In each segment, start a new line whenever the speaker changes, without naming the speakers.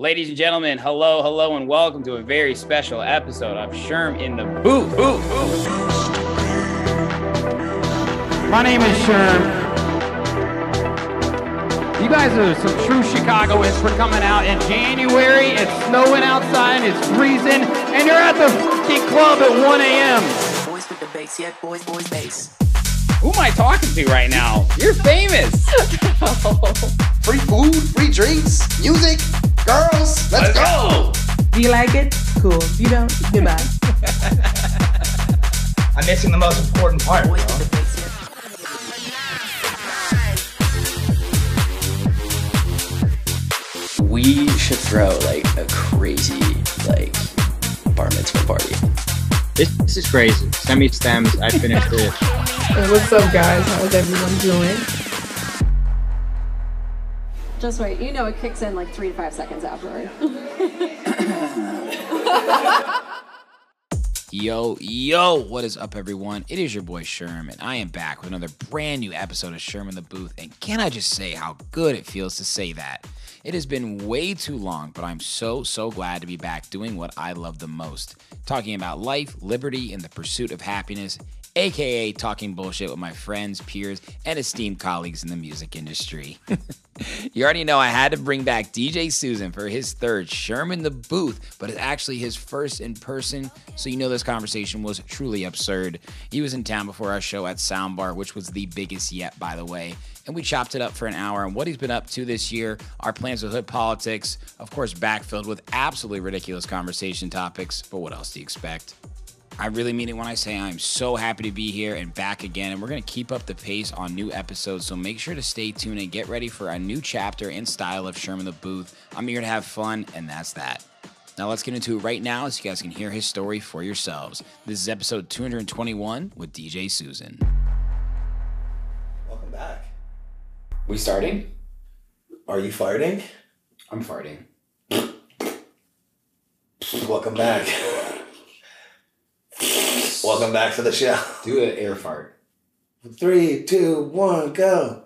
Ladies and gentlemen, hello, hello, and welcome to a very special episode of Sherm in the Booth. Booth, Booth.
My name is Sherm. You guys are some true Chicagoans for coming out in January. It's snowing outside, it's freezing, and you're at the fucking club at 1 a.m.
Boys with the bass, yeah, boys, boys, bass.
Who am I talking to right now? You're famous.
free food, free drinks, music, girls. Let's go.
Do you like it? Cool. You don't? Goodbye.
I'm missing the most important part.
Boys with the bass, yeah.
we should throw like a crazy like bar mitzvah party.
This, this is crazy. Send me stems. I finished it.
Hey, what's up, guys? How's everyone doing?
Just wait, you know it kicks in like three to five seconds afterward.
Yo, yo, what is up, everyone? It is your boy Sherm, and I am back with another brand new episode of Sherm in the Booth. And can I just say how good it feels to say that? It has been way too long, but I'm so, so glad to be back doing what I love the most talking about life, liberty, and the pursuit of happiness, aka talking bullshit with my friends, peers, and esteemed colleagues in the music industry. You already know I had to bring back DJ Susan for his third Sherman the Booth, but it's actually his first in person, so you know this conversation was truly absurd. He was in town before our show at Soundbar, which was the biggest yet, by the way, and we chopped it up for an hour on what he's been up to this year, our plans with hood politics, of course, backfilled with absolutely ridiculous conversation topics, but what else do you expect? I really mean it when I say I'm so happy to be here and back again. And we're going to keep up the pace on new episodes. So make sure to stay tuned and get ready for a new chapter and style of Sherman the Booth. I'm here to have fun, and that's that. Now let's get into it right now so you guys can hear his story for yourselves. This is episode 221 with DJ Susan.
Welcome back.
We starting?
Are you farting?
I'm farting.
Welcome back. Welcome back to the show.
Do an air fart.
Three, two, one, go.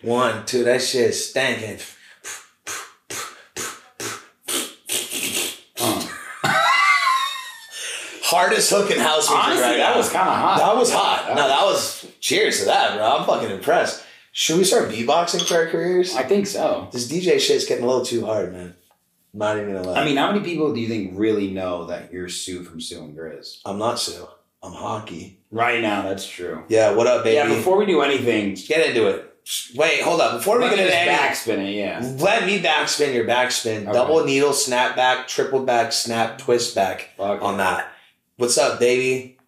one, two, that shit is stinking. Hardest hook in house music right now.
kind of hot.
That was hot. No, that was cheers to that, bro. I'm fucking impressed. Should we start beatboxing for our careers?
I think so.
This DJ shit's getting a little too hard, man. Not even gonna lie.
I mean, how many people do you think really know that you're Sue from Sue and Grizz?
I'm not Sue. I'm hockey.
Right now, that's true.
Yeah, what up, baby?
Yeah, before we do anything,
Get into it. Wait, hold up. Before we
let
get
me
into
just
any-
backspin it, yeah.
Let me backspin your backspin.
Okay.
Double needle, snap back, triple back, snap, twist back
Okay.
on that. What's up, baby?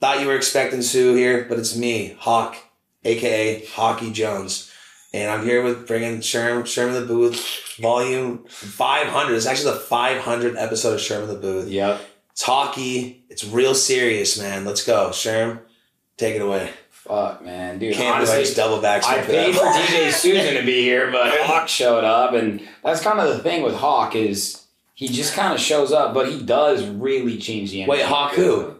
Thought you were expecting Sue here, but it's me, Hawk, aka Hockey Jones. And I'm here with bringing Sherm, Sherm in the Booth, volume 500. It's actually the 500 episode of Sherm in the Booth.
Yep.
It's hockey. It's real serious, man. Let's go. Sherm, take it away.
Fuck, man, dude.
Can't believe I just
honestly,
double backspin
I
for
paid for
that.
DJ Susan to be here, but Hawk showed up, and that's kind of the thing with Hawk is he just kind of shows up, but he does really change the.
Wait,
energy. E.
Hawk who?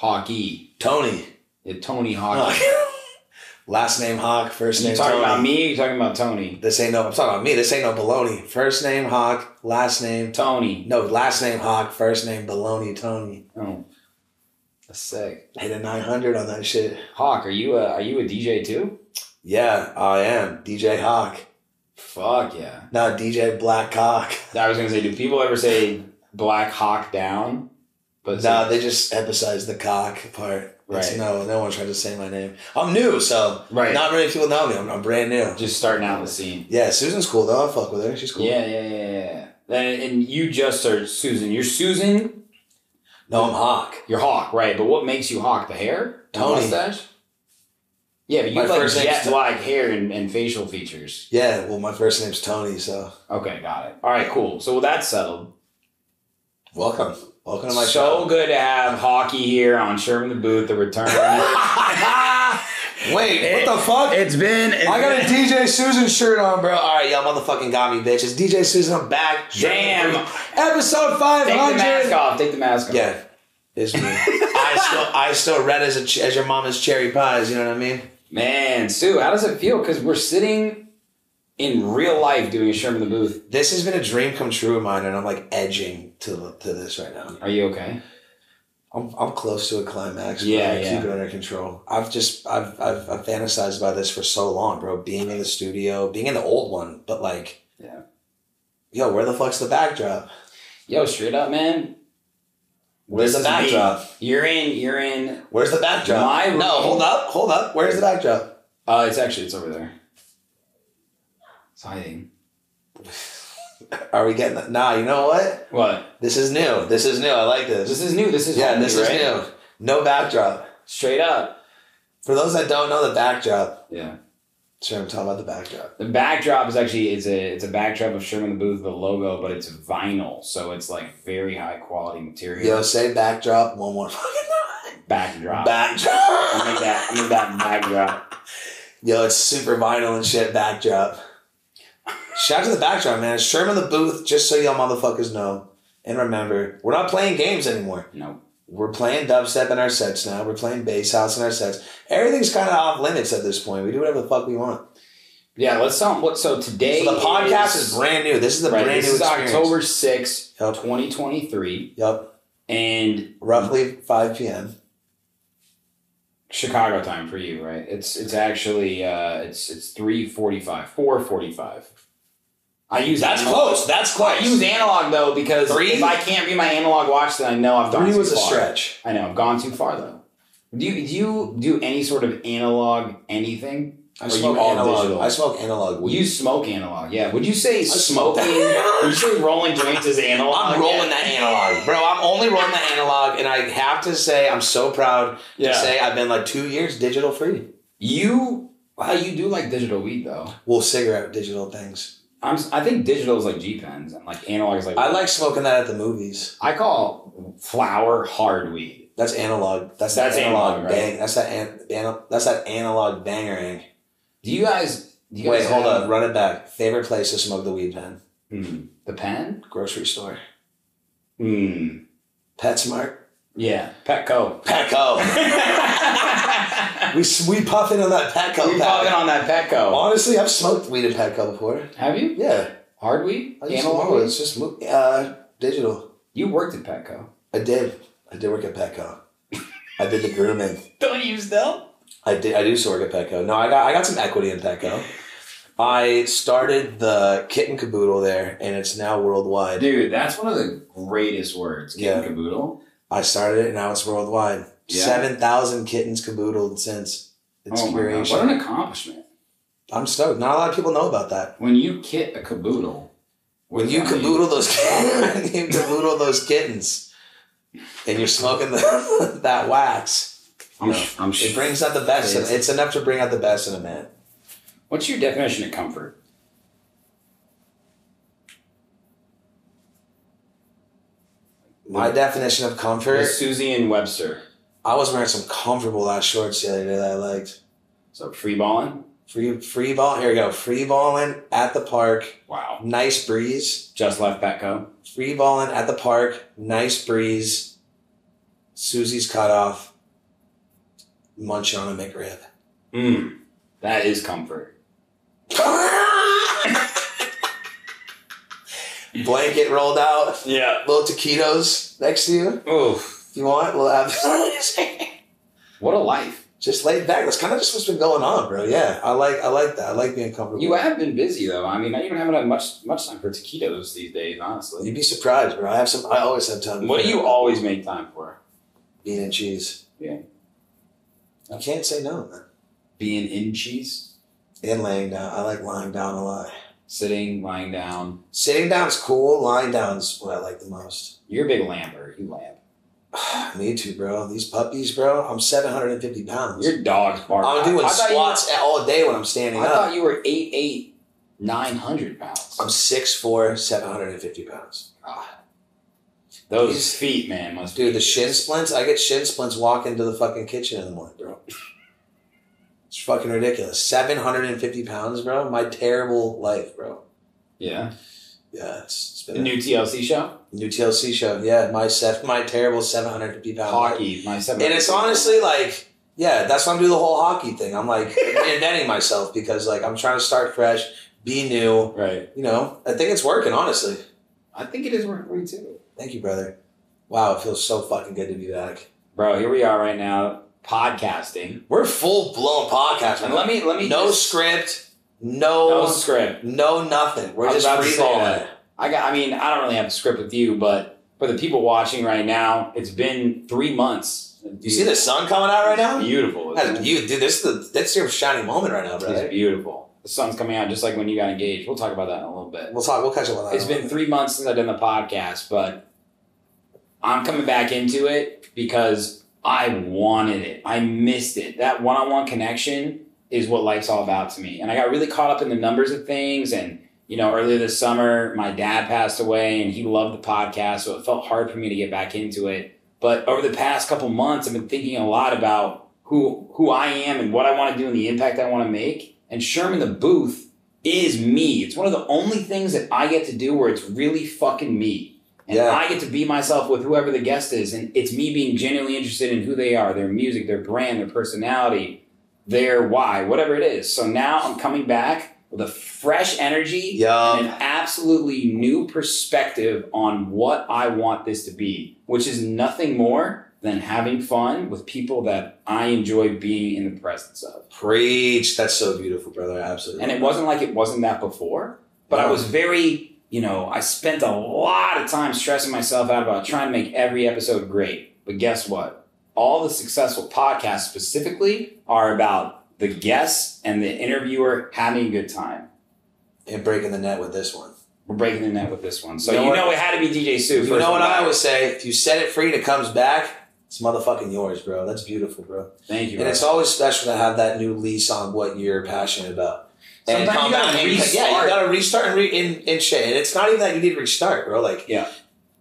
Hawkey,
Tony.
yeah, Tony
Hawk.
Hawkey.
Last name Hawk, first
you
name
Oh, talking
Tony.
about me? Or you talking about Tony?
This ain't no. I'm talking about me. This ain't no baloney. First name Hawk, last name Tony.
Tony.
No, last name Hawk, first name Baloney Tony.
Oh, that's sick.
Hit a 900 on that shit.
Hawk, are you a are you a DJ too?
Yeah, I am DJ Hawk.
Fuck yeah.
No, DJ Black Hawk.
I was gonna say, do people ever say Black Hawk down? But
No, they just emphasize the cock part. It's-
Right.
No, no one tried to say my name. I'm new, so
Right.
Not many people know me. I'm, I'm brand new.
just starting out in the scene.
yeah, Susan's cool though. I fuck with her. She's cool.
Yeah, yeah, yeah, yeah. And, and you just are Susan. You're Susan.
No, I'm Hawk.
You're Hawk, right? But what makes you Hawk? The hair, The
Tony.
mustache. Yeah, but you
My
have like
first name's
jet
Tony.
black hair and, and facial features.
Yeah. Well, my first name's Tony, so
Okay, got it. All right, cool. So that's settled.
welcome, welcome to my
So
show.
good to have Hockey here on Sherman the Booth, the return.
Wait, what the fuck?
it's been.
I got a DJ Susan shirt on, bro. All right, y'all motherfucking got me, bitch. It's DJ Susan. I'm back.
Damn.
Episode five
Take the mask
hundred.
off. Take the mask off.
Yeah, it's me. I still, I still red as a ch- as your mama's cherry pies. You know what I mean?
Man, Sue, how does it feel? Because we're sitting in real life doing a Sherman the Booth.
This has been a dream come true of mine, and I'm like edging to to this right now.
Are you okay?
I'm, I'm close to a climax. but
Yeah,
I
yeah.
keep it under control. I've just I've, I've I've fantasized about this for so long, bro. Being in the studio, being in the old one, but like,
Yeah.
yo, where the fuck's the backdrop?
Yo, straight up, man.
Where's the
This is me.
backdrop?
You're in. You're in.
Where's the backdrop?
My
no,
room-
hold up, hold up. Where's the backdrop?
Uh, it's actually it's over there. It's hiding.
Are we getting? The, nah, you know what?
What?
This is new. This is new. I like this.
This is new. This is
yeah,
homey,
this
right?
is new. No backdrop.
Straight up.
For those that don't know the backdrop,
Yeah.
sure, I'm talking about the backdrop.
The backdrop is actually it's a it's a backdrop of Sherman the Booth the logo, but it's vinyl, so it's like very high quality material.
Yo, say backdrop one more fucking time.
Backdrop.
Backdrop.
I'll make that. I'll make that backdrop.
Yo, it's super vinyl and shit backdrop. Shout out to the backdrop, man. Sherman the booth, just so y'all motherfuckers know. And remember, we're not playing games anymore.
No.
We're playing dubstep in our sets now. We're playing bass house in our sets. Everything's kind of off limits at this point. We do whatever the fuck we want.
Yeah. Let's sound. What? So today
So the podcast is, brand new. This is the
right,
brand
this
new
is
experience.
October sixth,
Yep.
twenty twenty three,
Yep.
and
Roughly 5 p.m.
Chicago time for you, right? It's it's actually uh, it's it's three forty five, four forty five. I use analog-
That's
I use analog though because
Three?
if I can't read my analog watch, then I know I've gone
Three
too
was a
far.
stretch.
I know I've gone too far though. Do you do you do any sort of analog anything?
I
Or you
smoke
all
analog.
digital?
I smoke analog weed.
You smoke analog, yeah. Would you say
smoke
smoking? would you say rolling joints is analog?
I'm rolling that analog, bro. I'm only rolling that analog, and I have to say, I'm so proud
Yeah.
to say I've been like two years digital free.
You wow, you do like digital weed though.
Well, cigarette digital things.
I'm s- I think digital is like G pens and like analog is like
I like smoking that at the movies.
I call flour hard weed.
That's analog. That's
That's
that analog,
analog, right?
bang. That's that an, anal, That's that analog bangerang.
Do you guys? Do you
Wait,
guys
hold
have-
up. Run it back. Favorite place to smoke the weed pen?
Hmm. The pen?
Grocery store.
Hmm.
PetSmart.
Yeah. Petco.
Petco.
we
we we puffing on that Petco. pack.
popping on that Petco.
Honestly, I've smoked weed at Petco before.
Have you?
Yeah,
Hard weed?
I just,
Analog
oh,
weed?
it's just mo- uh, digital.
You worked at Petco.
I did. I did work at Petco. I did the grooming.
Don't you still?
I did. I used to work at Petco. No, I got. I got some equity in Petco. I started the kit and caboodle there, and it's now worldwide.
Dude, that's one of the greatest words. Kit
Yeah.
and caboodle.
I started it, and now it's worldwide.
Yeah.
Seven thousand kittens caboodled since its
oh my God. What
creation.
an accomplishment.
I'm stoked. Not a lot of people know about that.
When you kit a caboodle. what
When
does
you
that mean?
caboodle those, when you caboodle those kittens, and you're smoking the, that wax,
I'm, sh- I'm sh-
it brings out the best. in- It's enough to bring out the best in a man.
What's your definition of comfort?
My definition of comfort.
Susie and Webster.
I was wearing some comfortable ass shorts the other day that I liked.
So free balling?
Free free ball. Here we go. Free balling at the park.
Wow.
Nice breeze.
Just left Petco.
Free balling at the park. Nice breeze. Susie's cut off. Munch on a McRib.
Mm, that is comfort.
Blanket rolled out.
Yeah.
Little taquitos next to you.
Oof.
If you want, we'll have.
What a life.
just laid back. That's kind of just what's been going on, bro. Yeah, I like I like that. I like being comfortable.
You have been busy though. I mean, I even haven't had much much time for taquitos these days, honestly.
You'd be surprised, bro. I have some. I always have time.
What
for
do you always make time for?
bean and cheese?
Yeah.
You can't say no, man.
Being in cheese,
And laying down. I like lying down a lot.
sitting, lying down.
Sitting down's cool. Lying down's what I like the most.
You're a big lamber. You lamb.
Me too, bro. These puppies, bro. I'm 750 pounds.
Your dog's bark.
I'm doing
I thought you were-
squats all day when I'm standing
I
up.
thought you were eight eight, nine hundred pounds.
I'm 6'4", 750 pounds.
God. Those feet, man, must
Dude,
be
the shin splints. I get shin splints walking to the fucking kitchen in the morning, bro. It's fucking ridiculous. 750 pounds, bro. My terrible life, bro.
Yeah.
Yeah, it's, it's
The
been a-
new TLC show?
New TLC show, yeah. My sef, my terrible seven hundred fifty pound
Hockey, my seven.
and it's honestly like, yeah, that's why I'm doing the whole hockey thing. I'm like reinventing myself because like I'm trying to start fresh, be new.
Right.
You know, I think it's working, honestly.
I think it is working for me too.
Thank you, brother. Wow, it feels so fucking good to be back.
Bro, here we are right now podcasting.
We're full blown podcast.
And let me let me
no
just,
script, no,
no
no,
script.
nothing. We're
I was
just
about to
breathing
say
on
that.
it.
I got I mean, I don't really have a script with you, but for the people watching right now, it's been three months.
You see the sun coming out right now?
Beautiful. isn't it?
That's you, dude. This is the that's your shining moment right now,
It's
brother.
beautiful. The sun's coming out just like when you got engaged. We'll talk about that in a little bit.
We'll talk. We'll catch up on that.
It's been three months since I've done the podcast, but I'm coming back into it because I wanted it. I missed it. That one on one connection is what life's all about to me. And I got really caught up in the numbers of things. And, you know, earlier this summer, my dad passed away and he loved the podcast. So it felt hard for me to get back into it. But over the past couple months, I've been thinking a lot about who, who I am and what I want to do and the impact I want to make. And Sherman the Booth is me. It's one of the only things that I get to do where it's really fucking me. And
Yeah.
I get to be myself with whoever the guest is. And it's me being genuinely interested in who they are, their music, their brand, their personality, their why, whatever it is. So now I'm coming back with a fresh energy
Yup.
and an Um, absolutely new perspective on what I want this to be, which is nothing more than having fun with people that I enjoy being in the presence of.
Preach. That's so beautiful, brother. Absolutely.
And it wasn't like it wasn't that before, but I was very, you know, I spent a lot of time stressing myself out about trying to make every episode great. But guess what? All the successful podcasts specifically are about the guests and the interviewer having a good time.
and breaking the net with this one.
We're breaking the net with this one. So
You
you
know
know,
what-
it had to be DJ Sue.
You
first
know what
of all.
I always say? If you set it free and it comes back, it's motherfucking yours, bro. That's beautiful, bro.
Thank you.
And
bro.
it's always special to have that new lease on what you're passionate about. and
Sometimes
come
you gotta
back and- Yeah, you
restart.
gotta restart and, re- and, and shit. And it's not even that you need to restart, bro. Like,
Yeah.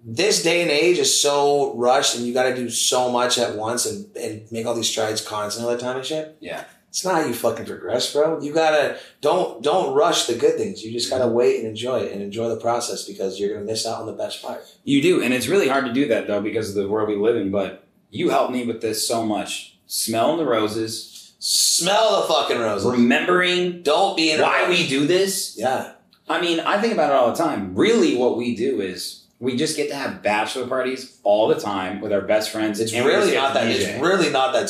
This day and age is so rushed, and you got to do so much at once and, and make all these strides constantly all the time and shit.
Yeah.
it's not how you fucking progress, bro. You gotta don't don't rush the good things. You just gotta
Mm-hmm.
wait and enjoy it and enjoy the process because you're gonna miss out on the best part.
You do, and it's really hard to do that though because of the world we live in. But you helped me with this so much. Smelling the roses,
Smell the fucking roses.
remembering
Don't be in a
why
rush.
we do this.
Yeah.
I mean, I think about it all the time. Really, what we do is we just get to have bachelor parties all the time with our best friends.
It's
and we
really
just get
not that
to
it's
DJ.
really not that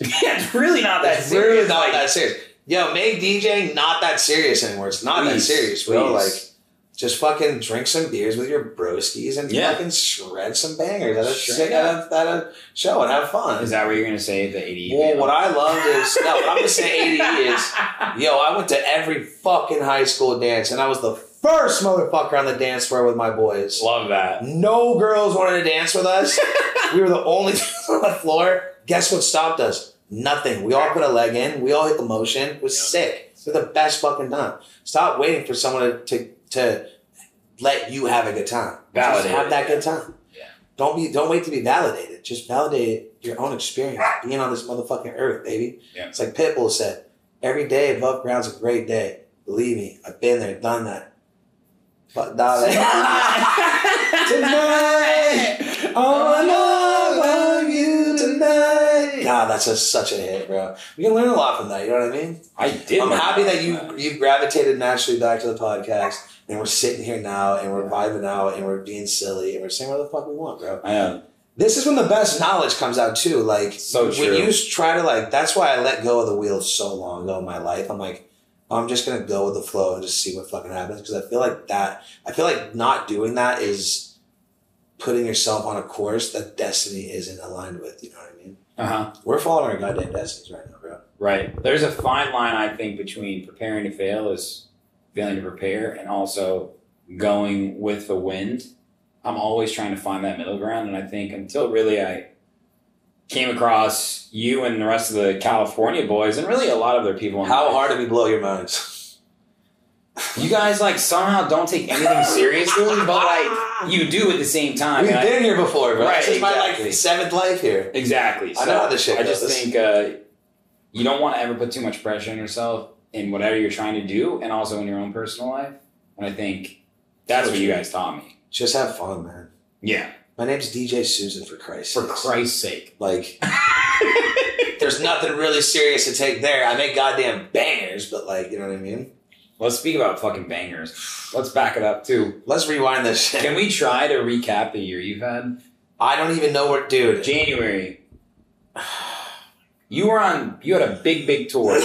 yeah, it's really not that
it's
serious.
really not
like,
that serious. Yo, make DJing not that serious anymore. It's not that
Please,
serious, bro. Like
please.
just fucking drink some beers with your broskies and
Yeah.
fucking shred some bangers at a,
Shred
sick- at a, at a show and have fun.
Is that what you're gonna say? at The eighty.
Well, what I loved is no. What I'm gonna say ADE E is, yo, I went to every fucking high school dance, and I was the first motherfucker on the dance floor with my boys.
love that.
No girls wanted to dance with us. we were the only on the floor. Guess what stopped us? Nothing. We all put a leg in. We all hit the motion. It was sick. It was the best fucking time. Stop waiting for someone to to, to let you have a good time. Just
Validate
have
it.
that good time.
Yeah.
Don't be. Don't wait to be validated. Just validate your own experience being on this motherfucking earth, baby.
Yeah.
It's like Pitbull said. Every day above ground's a great day. Believe me, I've been there, done that. Fuck that. Tonight, all I love you tonight. God, that's a, such a hit, bro. We can learn a lot from that. You know what I mean?
I did.
I'm
like
happy that you you gravitated naturally back to the podcast, and we're sitting here now, and we're vibing out, and we're being silly, and we're saying what the fuck we want, bro.
I know.
This is when the best knowledge comes out too. Like
So
when
true.
you s- try to like, that's why I let go of the wheel so long ago in my life. I'm like. I'm just gonna go with the flow and just see what fucking happens because I feel like that. I feel like not doing that is putting yourself on a course that destiny isn't aligned with. You know what I mean?
Uh huh.
We're following our goddamn destinies right now, bro.
Right. There's a fine line I think between preparing to fail is failing to prepare and also going with the wind. I'm always trying to find that middle ground. And I think until really I came across you and the rest of the California boys and really a lot of other people. in
How
life,
hard did we blow your minds?
You guys like somehow don't take anything seriously, but like you do at the same time.
We've
And I-
been here before, bro.
Right,
this is my
exactly.
like seventh life here.
Exactly.
I know how this shit
I just
goes.
think uh, you don't want to ever put too much pressure on yourself in whatever you're trying to do, and also in your own personal life. And I think that's
So
what you guys taught me.
Just have fun, man.
Yeah.
My name's DJ Susan for Christ's
For
sakes.
Christ's sake.
Like there's nothing really serious to take there. I make goddamn bangers, but like, you know what I mean?
Let's speak about fucking bangers. Let's back it up too.
Let's rewind this shit.
Can we try to recap the year you've had?
I don't even know where, dude.
January. You were on. You had a big, big tour.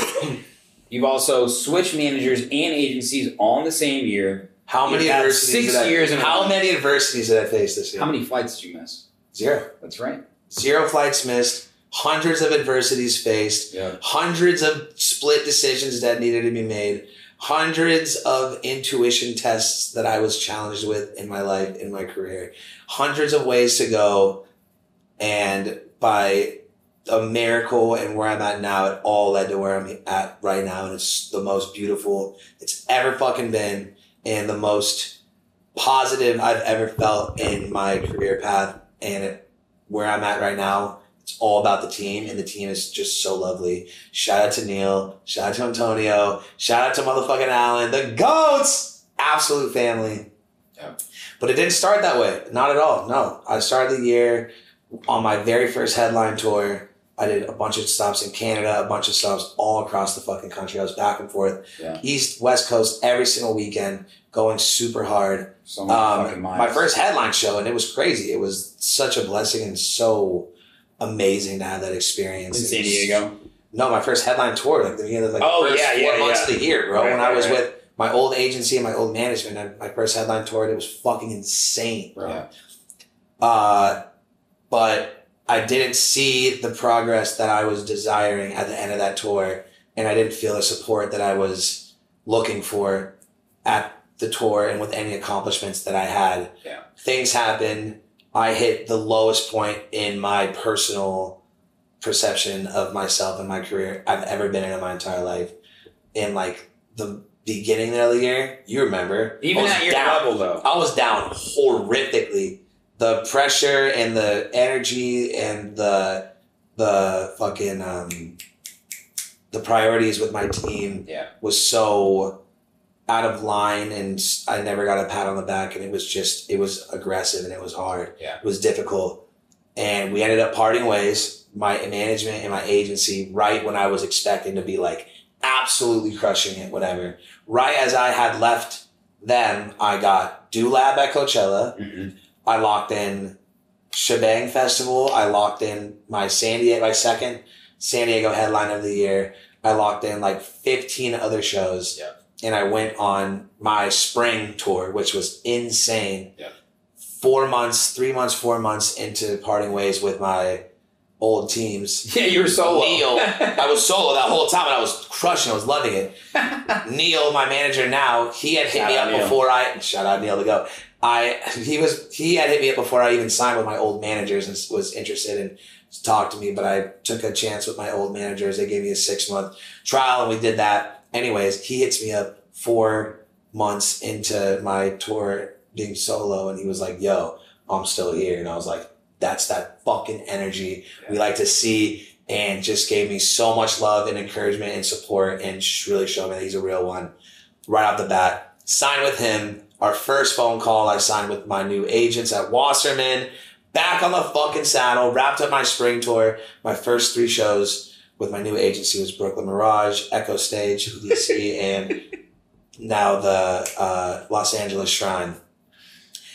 You've also switched managers and agencies all in the same year.
How
You've
many
had
adversities?
six
did I-
years in a
how
row.
many adversities did I face this year?
How many flights did you miss?
Zero.
That's right.
Zero flights missed. Hundreds of adversities faced.
Yeah.
Hundreds of split decisions that needed to be made. Hundreds of intuition tests that I was challenged with in my life, in my career. Hundreds of ways to go. And by a miracle and where I'm at now, it all led to where I'm at right now. And it's the most beautiful it's ever fucking been and the most positive I've ever felt in my career path. And it, where I'm at right now, it's all about the team and the team is just so lovely. Shout out to Neil. Shout out to Antonio. Shout out to motherfucking Allen. The goats! Absolute family.
Yep.
But it didn't start that way. Not at all. No. I started the year on my very first headline tour. I did a bunch of stops in Canada, a bunch of stops all across the fucking country. I was back and forth,
Yeah.
east, west coast, every single weekend, going super hard
So many Oh fucking
um,
miles.
my first headline show, and it was crazy. It was such a blessing and so amazing to have that
in
experience.
San Diego.
No, my first headline tour, like the beginning of like
Oh,
the first
yeah,
four
yeah,
months
yeah.
of the year, bro.
Right,
when I
right,
was
right.
with my old agency and my old management, and my first headline tour, and it was fucking insane, bro.
Yeah.
Uh, but I didn't see the progress that I was desiring at the end of that tour, and I didn't feel the support that I was looking for at the tour and with any accomplishments that I had.
Yeah.
Things happened. I hit the lowest point in my personal perception of myself and my career I've ever been in in my entire life. In like the beginning of the year, you remember. I
Even
was
at your
down.
level, though.
I was down horrifically. The pressure and the energy and the the fucking um, the priorities with my team
Yeah.
was so out of line, and I never got a pat on the back. And it was just it was aggressive and it was hard.
Yeah.
It was difficult, and we ended up parting ways. My management and my agency, right when I was expecting to be like absolutely crushing it, whatever. Right as I had left then I got Do Lab at Coachella.
Mhm.
I locked in Shebang Festival. I locked in my San Diego, my second San Diego headline of the year. I locked in like 15 other shows.
Yeah.
And I went on my spring tour, which was insane.
Yeah.
Four months, three months, four months into parting ways with my old teams.
Yeah, you were solo.
Neil, I was solo that whole time, and I was crushing. I was loving it. Neil, my manager now, he had hit
Shout
me
out
up
Neil.
before I shout out Neil to go. I he was he had hit me up before I even signed with my old managers and was interested in talk to me, but I took a chance with my old managers. They gave me a six month trial, and we did that. Anyways, he hits me up four months into my tour being solo, and he was like, "Yo, I'm still here," and I was like, "That's that fucking energy we like to see." and just gave me so much love and encouragement and support and just really showed me that he's a real one right off the bat. Signed with him. Our first phone call, I signed with my new agents at Wasserman. Back on the fucking saddle, wrapped up my spring tour. My first three shows with my new agency was Brooklyn Mirage, Echo Stage, DC, and now the uh, Los Angeles Shrine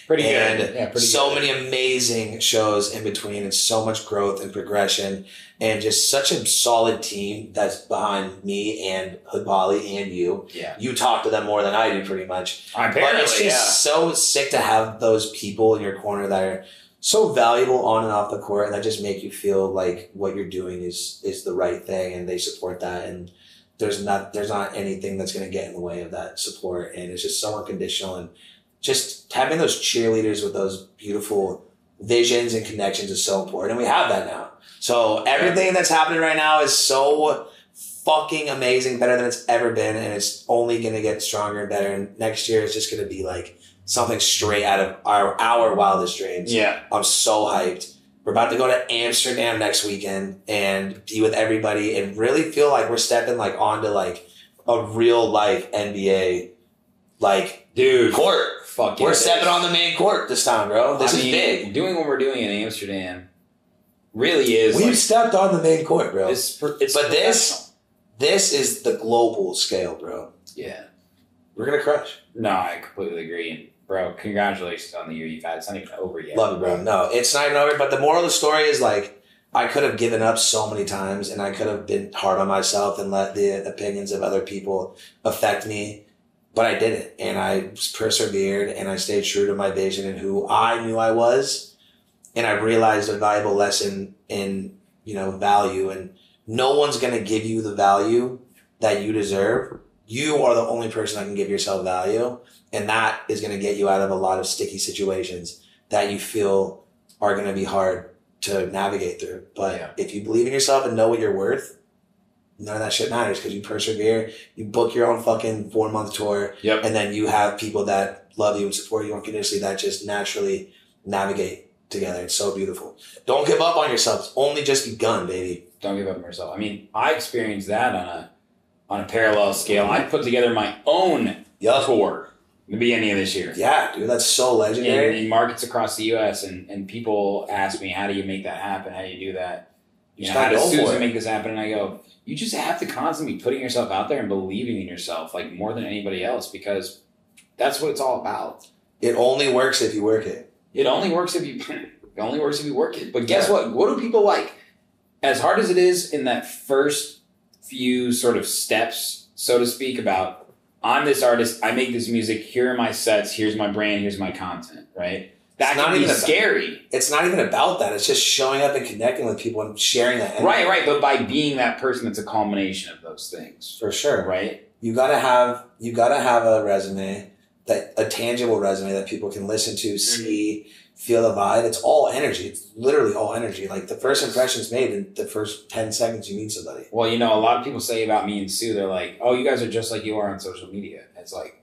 Pretty
and
good. Yeah, pretty
so
good.
many amazing shows in between and so much growth and progression and just such a solid team that's behind me and Hood Polly and you.
Yeah.
You talk to them more than I do pretty much.
Apparently,
but it's just
yeah.
so sick to have those people in your corner that are so valuable on and off the court and that just make you feel like what you're doing is is the right thing and they support that and there's not there's not anything that's gonna get in the way of that support and it's just so unconditional and just having those cheerleaders with those beautiful visions and connections is so important. And we have that now. So everything that's happening right now is so fucking amazing, better than it's ever been. And it's only going to get stronger and better. And next year is just going to be like something straight out of our, our wildest dreams.
Yeah.
I'm so hyped. We're about to go to Amsterdam next weekend and be with everybody and really feel like we're stepping like onto like a real life NBA like
Dude.
court.
Fuck yeah,
We're
it
stepping
is.
on the main court this time, bro. This
I
is
mean,
big.
Doing what we're doing in Amsterdam really is.
We've
like,
stepped on the main court, bro.
it's, per- it's
But this-
professional.
This is the global scale, bro.
Yeah.
We're gonna crush.
No, I completely agree. And bro, congratulations on the year you've had. It's not even over yet.
Love it, bro. No, it's not even over. But the moral of the story is like I could have given up so many times, and I could have been hard on myself and let the opinions of other people affect me. But I didn't, and I persevered, and I stayed true to my vision and who I knew I was. And I realized a valuable lesson in you know value, and no one's gonna give you the value that you deserve. You are the only person that can give yourself value, and that is gonna get you out of a lot of sticky situations that you feel are going to be hard to navigate through. But
Yeah.
if you believe in yourself and know what you're worth, none of that shit matters because you persevere. You book your own fucking four month tour,
Yep.
and then you have people that love you and support you unconditionally that just naturally navigate together. It's so beautiful. Don't give up on yourself. It's only just begun, baby.
don't give up on yourself. I mean, I experienced that on a on a parallel scale. I put together my own
Yeah,
tour in the beginning of this year.
yeah, dude. That's so
In,
legendary.
in markets across the US and, and people ask me, How do you make that happen? How do you do that? You
Just
know, how
gotta
does
go for
Susan
it.
make this happen? And I go, You just have to constantly be putting yourself out there and believing in yourself, like more than anybody else, because that's what it's all about.
It only works if you work it.
It only works if you it only works if you work it. But guess
Yeah.
what? What do people like? As hard as it is in that first few sort of steps, so to speak, about I'm this artist, I make this music, here are my sets, here's my brand, here's my content, right? That can
It's not
be
even a-
scary.
It's not even about that. It's just showing up and connecting with people and sharing that. energy.
right, right. But by being that person, it's a culmination of those things.
For sure.
Right?
you gotta have you gotta have a resume that a tangible resume that people can listen to,
Mm-hmm.
see, feel the vibe. It's all energy. It's literally all energy. Like the first impression's made in the first ten seconds you meet somebody.
Well, you know, a lot of people say about me and Sue, they're like, oh, you guys are just like you are on social media. It's like,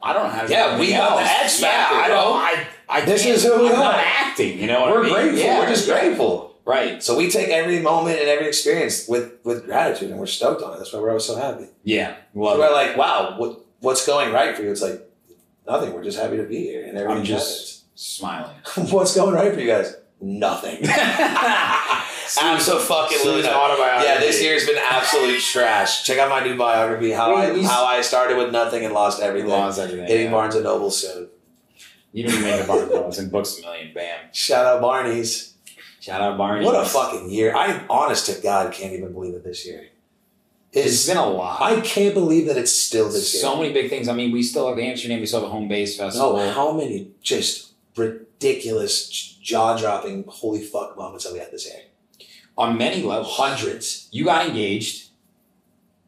I don't have
Yeah,
anything
we got the
else.
X Factor,
Yeah, I
bro.
don't. I, I
This
can't-
is who we
I'm not
are.
acting, you know what I mean? Yeah, yeah.
grateful.
Right.
So we take every moment and every experience with with gratitude, and we're stoked on it. That's why we're always so happy.
Yeah.
So
Love
we're
it.
like, wow, what what's going right for you? It's like nothing. We're just happy to be here, and everything
just- Smiling.
happens. what's going right for you guys? Nothing. I'm so fucking
Sue's
losing.
autobiography.
Yeah, this year's been absolute trash. Check out my new biography, how
Wait,
I
you-
how I started with nothing and lost
We
everything.
lost everything.
Hitting
yeah.
Barnes and Noble soon.
You didn't make a Barnes and Nobles and books a million. Bam.
Shout out Barney's.
Shout out Barney.
What a fucking year. I honest to God can't even believe it this year.
It's
It's,
been a lot.
I can't believe that it's still this year.
so many big things. I mean, we still have the Amsterdam. We still have a home base festival.
No, how many just ridiculous jaw dropping holy fuck moments have we had this year?
On many levels.
Hundreds.
You got engaged.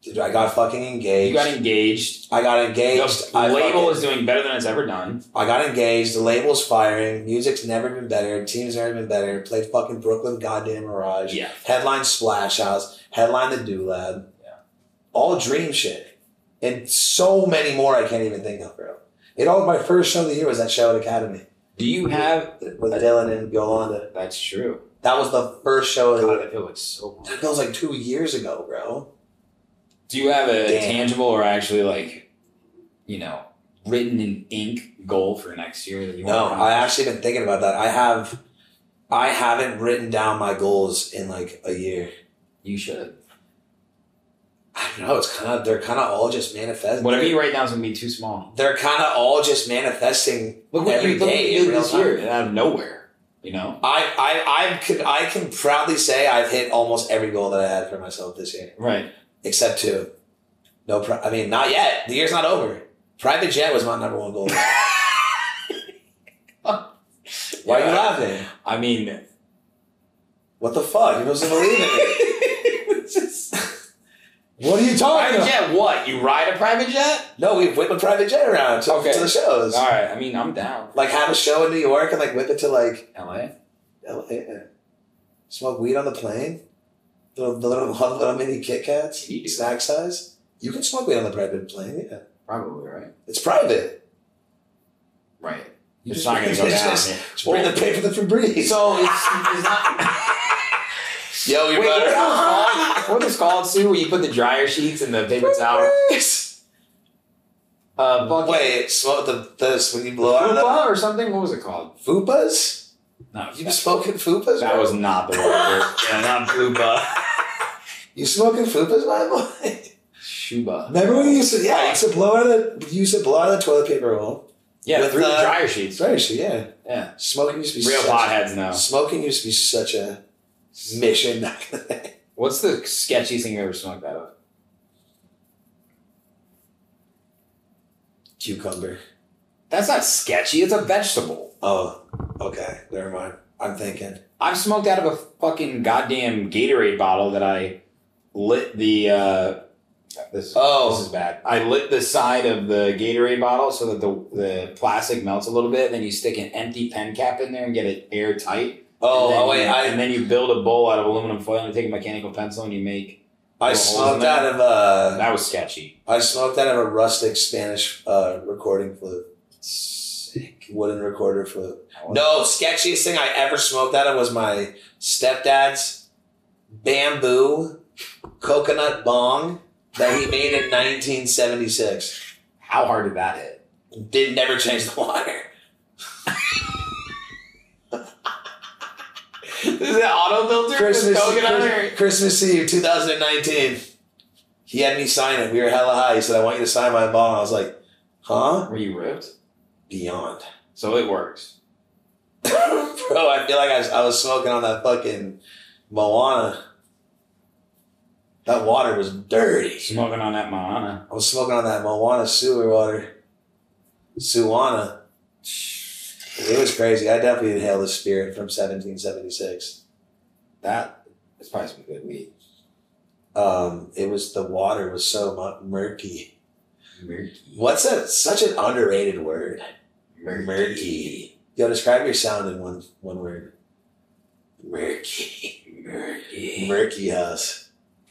Dude, I got fucking
You
engaged.
got engaged.
I got engaged.
The
I
label
fucking-
is doing better than it's ever done.
I got engaged. The label's firing. Music's never been better. Team's never been better. Played fucking Brooklyn Goddamn Mirage.
Yeah.
Headline Splash House. Headline The Do Lab.
Yeah.
All dream shit. And so many more I can't even think of, bro. It all my first show of the year was that show at Academy
Do you have?
with Dylan and Yolanda.
That's true.
That was the first show of the
God,
year.
that feel like so. long.
That was like two years ago, bro.
Do you have a
Damn.
tangible or actually like, you know, written in ink goal for next year that you
No,
want? to
I actually been thinking about that. I have I haven't written down my goals in like a year.
you should.
I don't know. It's kind of they're kind of all just manifesting.
Whatever you write down is gonna be too small.
They're kind of all just manifesting
Look what
every
you, look what
day
you
in
did
real
this year
time.
and out of nowhere. You know,
I I I could I can proudly say I've hit almost every goal that I had for myself this year,
right?
except two. No, pri- I mean not yet. The year's not over. Private jet was my number one goal. Why are you laughing?
I mean,
What the fuck? You doesn't believe in me. What are you
private
talking about?
jet? What you ride a private jet?
No, we whip a private jet around to,
Okay.
to the shows.
All right. I mean, I'm down.
Like have a show in New York and like whip it to like
LA.
Oh, yeah. Smoke weed on the plane? The, the little one little mini Kit Kats?
You do.
Snack size? You can smoke weed on the private plane, yeah.
Probably right.
It's private.
Right.
You
it's
just-
not gonna go
it's
down.
just-
man.
Or the pay for the Febreze.
So it's, it's not.
Yo, you
Wait, what
better.
was called? What was called Sue? Where you put the dryer sheets and the paper towel? Uh, bucket.
Wait, smoke the, this when you blow out
Fupa or something? What was it called?
the fupas?
No,
You smoking fupas?
that
bro?
was not the word. yeah, not Fupa.
you smoking fupas, my boy?
Chuba.
Remember when you used to, yeah, you used to blow out of the, you used to blow out of the toilet paper roll.
yeah,
with,
through
uh,
the dryer sheets.
It's very interesting, yeah.
Yeah,
Smoking used to be
real
such,
potheads know.
Smoking used to be such a mission back in the day.
What's the sketchiest thing you ever smoked out of?
Cucumber.
That's not sketchy. It's a vegetable.
Oh, okay. Never mind. I'm thinking.
I've smoked out of a fucking goddamn Gatorade bottle that I lit the. Uh, this,
Oh.
this is bad. I lit the side of the Gatorade bottle so that the the plastic melts a little bit. Then you stick an empty pen cap in there and get it airtight.
Oh,
and then
oh wait.
you-
I
and then you build a bowl out of aluminum foil and take a mechanical pencil and you make.
I
Little holes in
smoked
there.
out of uh, a
That was sketchy.
I smoked out of a rustic Spanish uh, recording flute. Sick wooden recorder flute. No, sketchiest thing I ever smoked out of was my stepdad's bamboo coconut bong that he made in 1976.
How hard did that hit?
Did never change the water.
Is it auto filter?
Christmas, Christ- Christmas Eve, 2019. He had me sign it. We were hella high. He said, I want you to sign my bong. I was like, huh?
Were you ripped?
Beyond.
So it works.
Bro, I feel like I was, I was smoking on that fucking Moana. That water was dirty.
Smoking on that Moana.
I was smoking on that Moana sewer water. Suwana. It was crazy. I definitely inhaled the spirit from 1776.
That is probably some good weed.
Um, it was the water was so mu- murky. What's that? Such an underrated word. Murky. Yo, describe your sound in one one word. Murky. Murky. Murky house.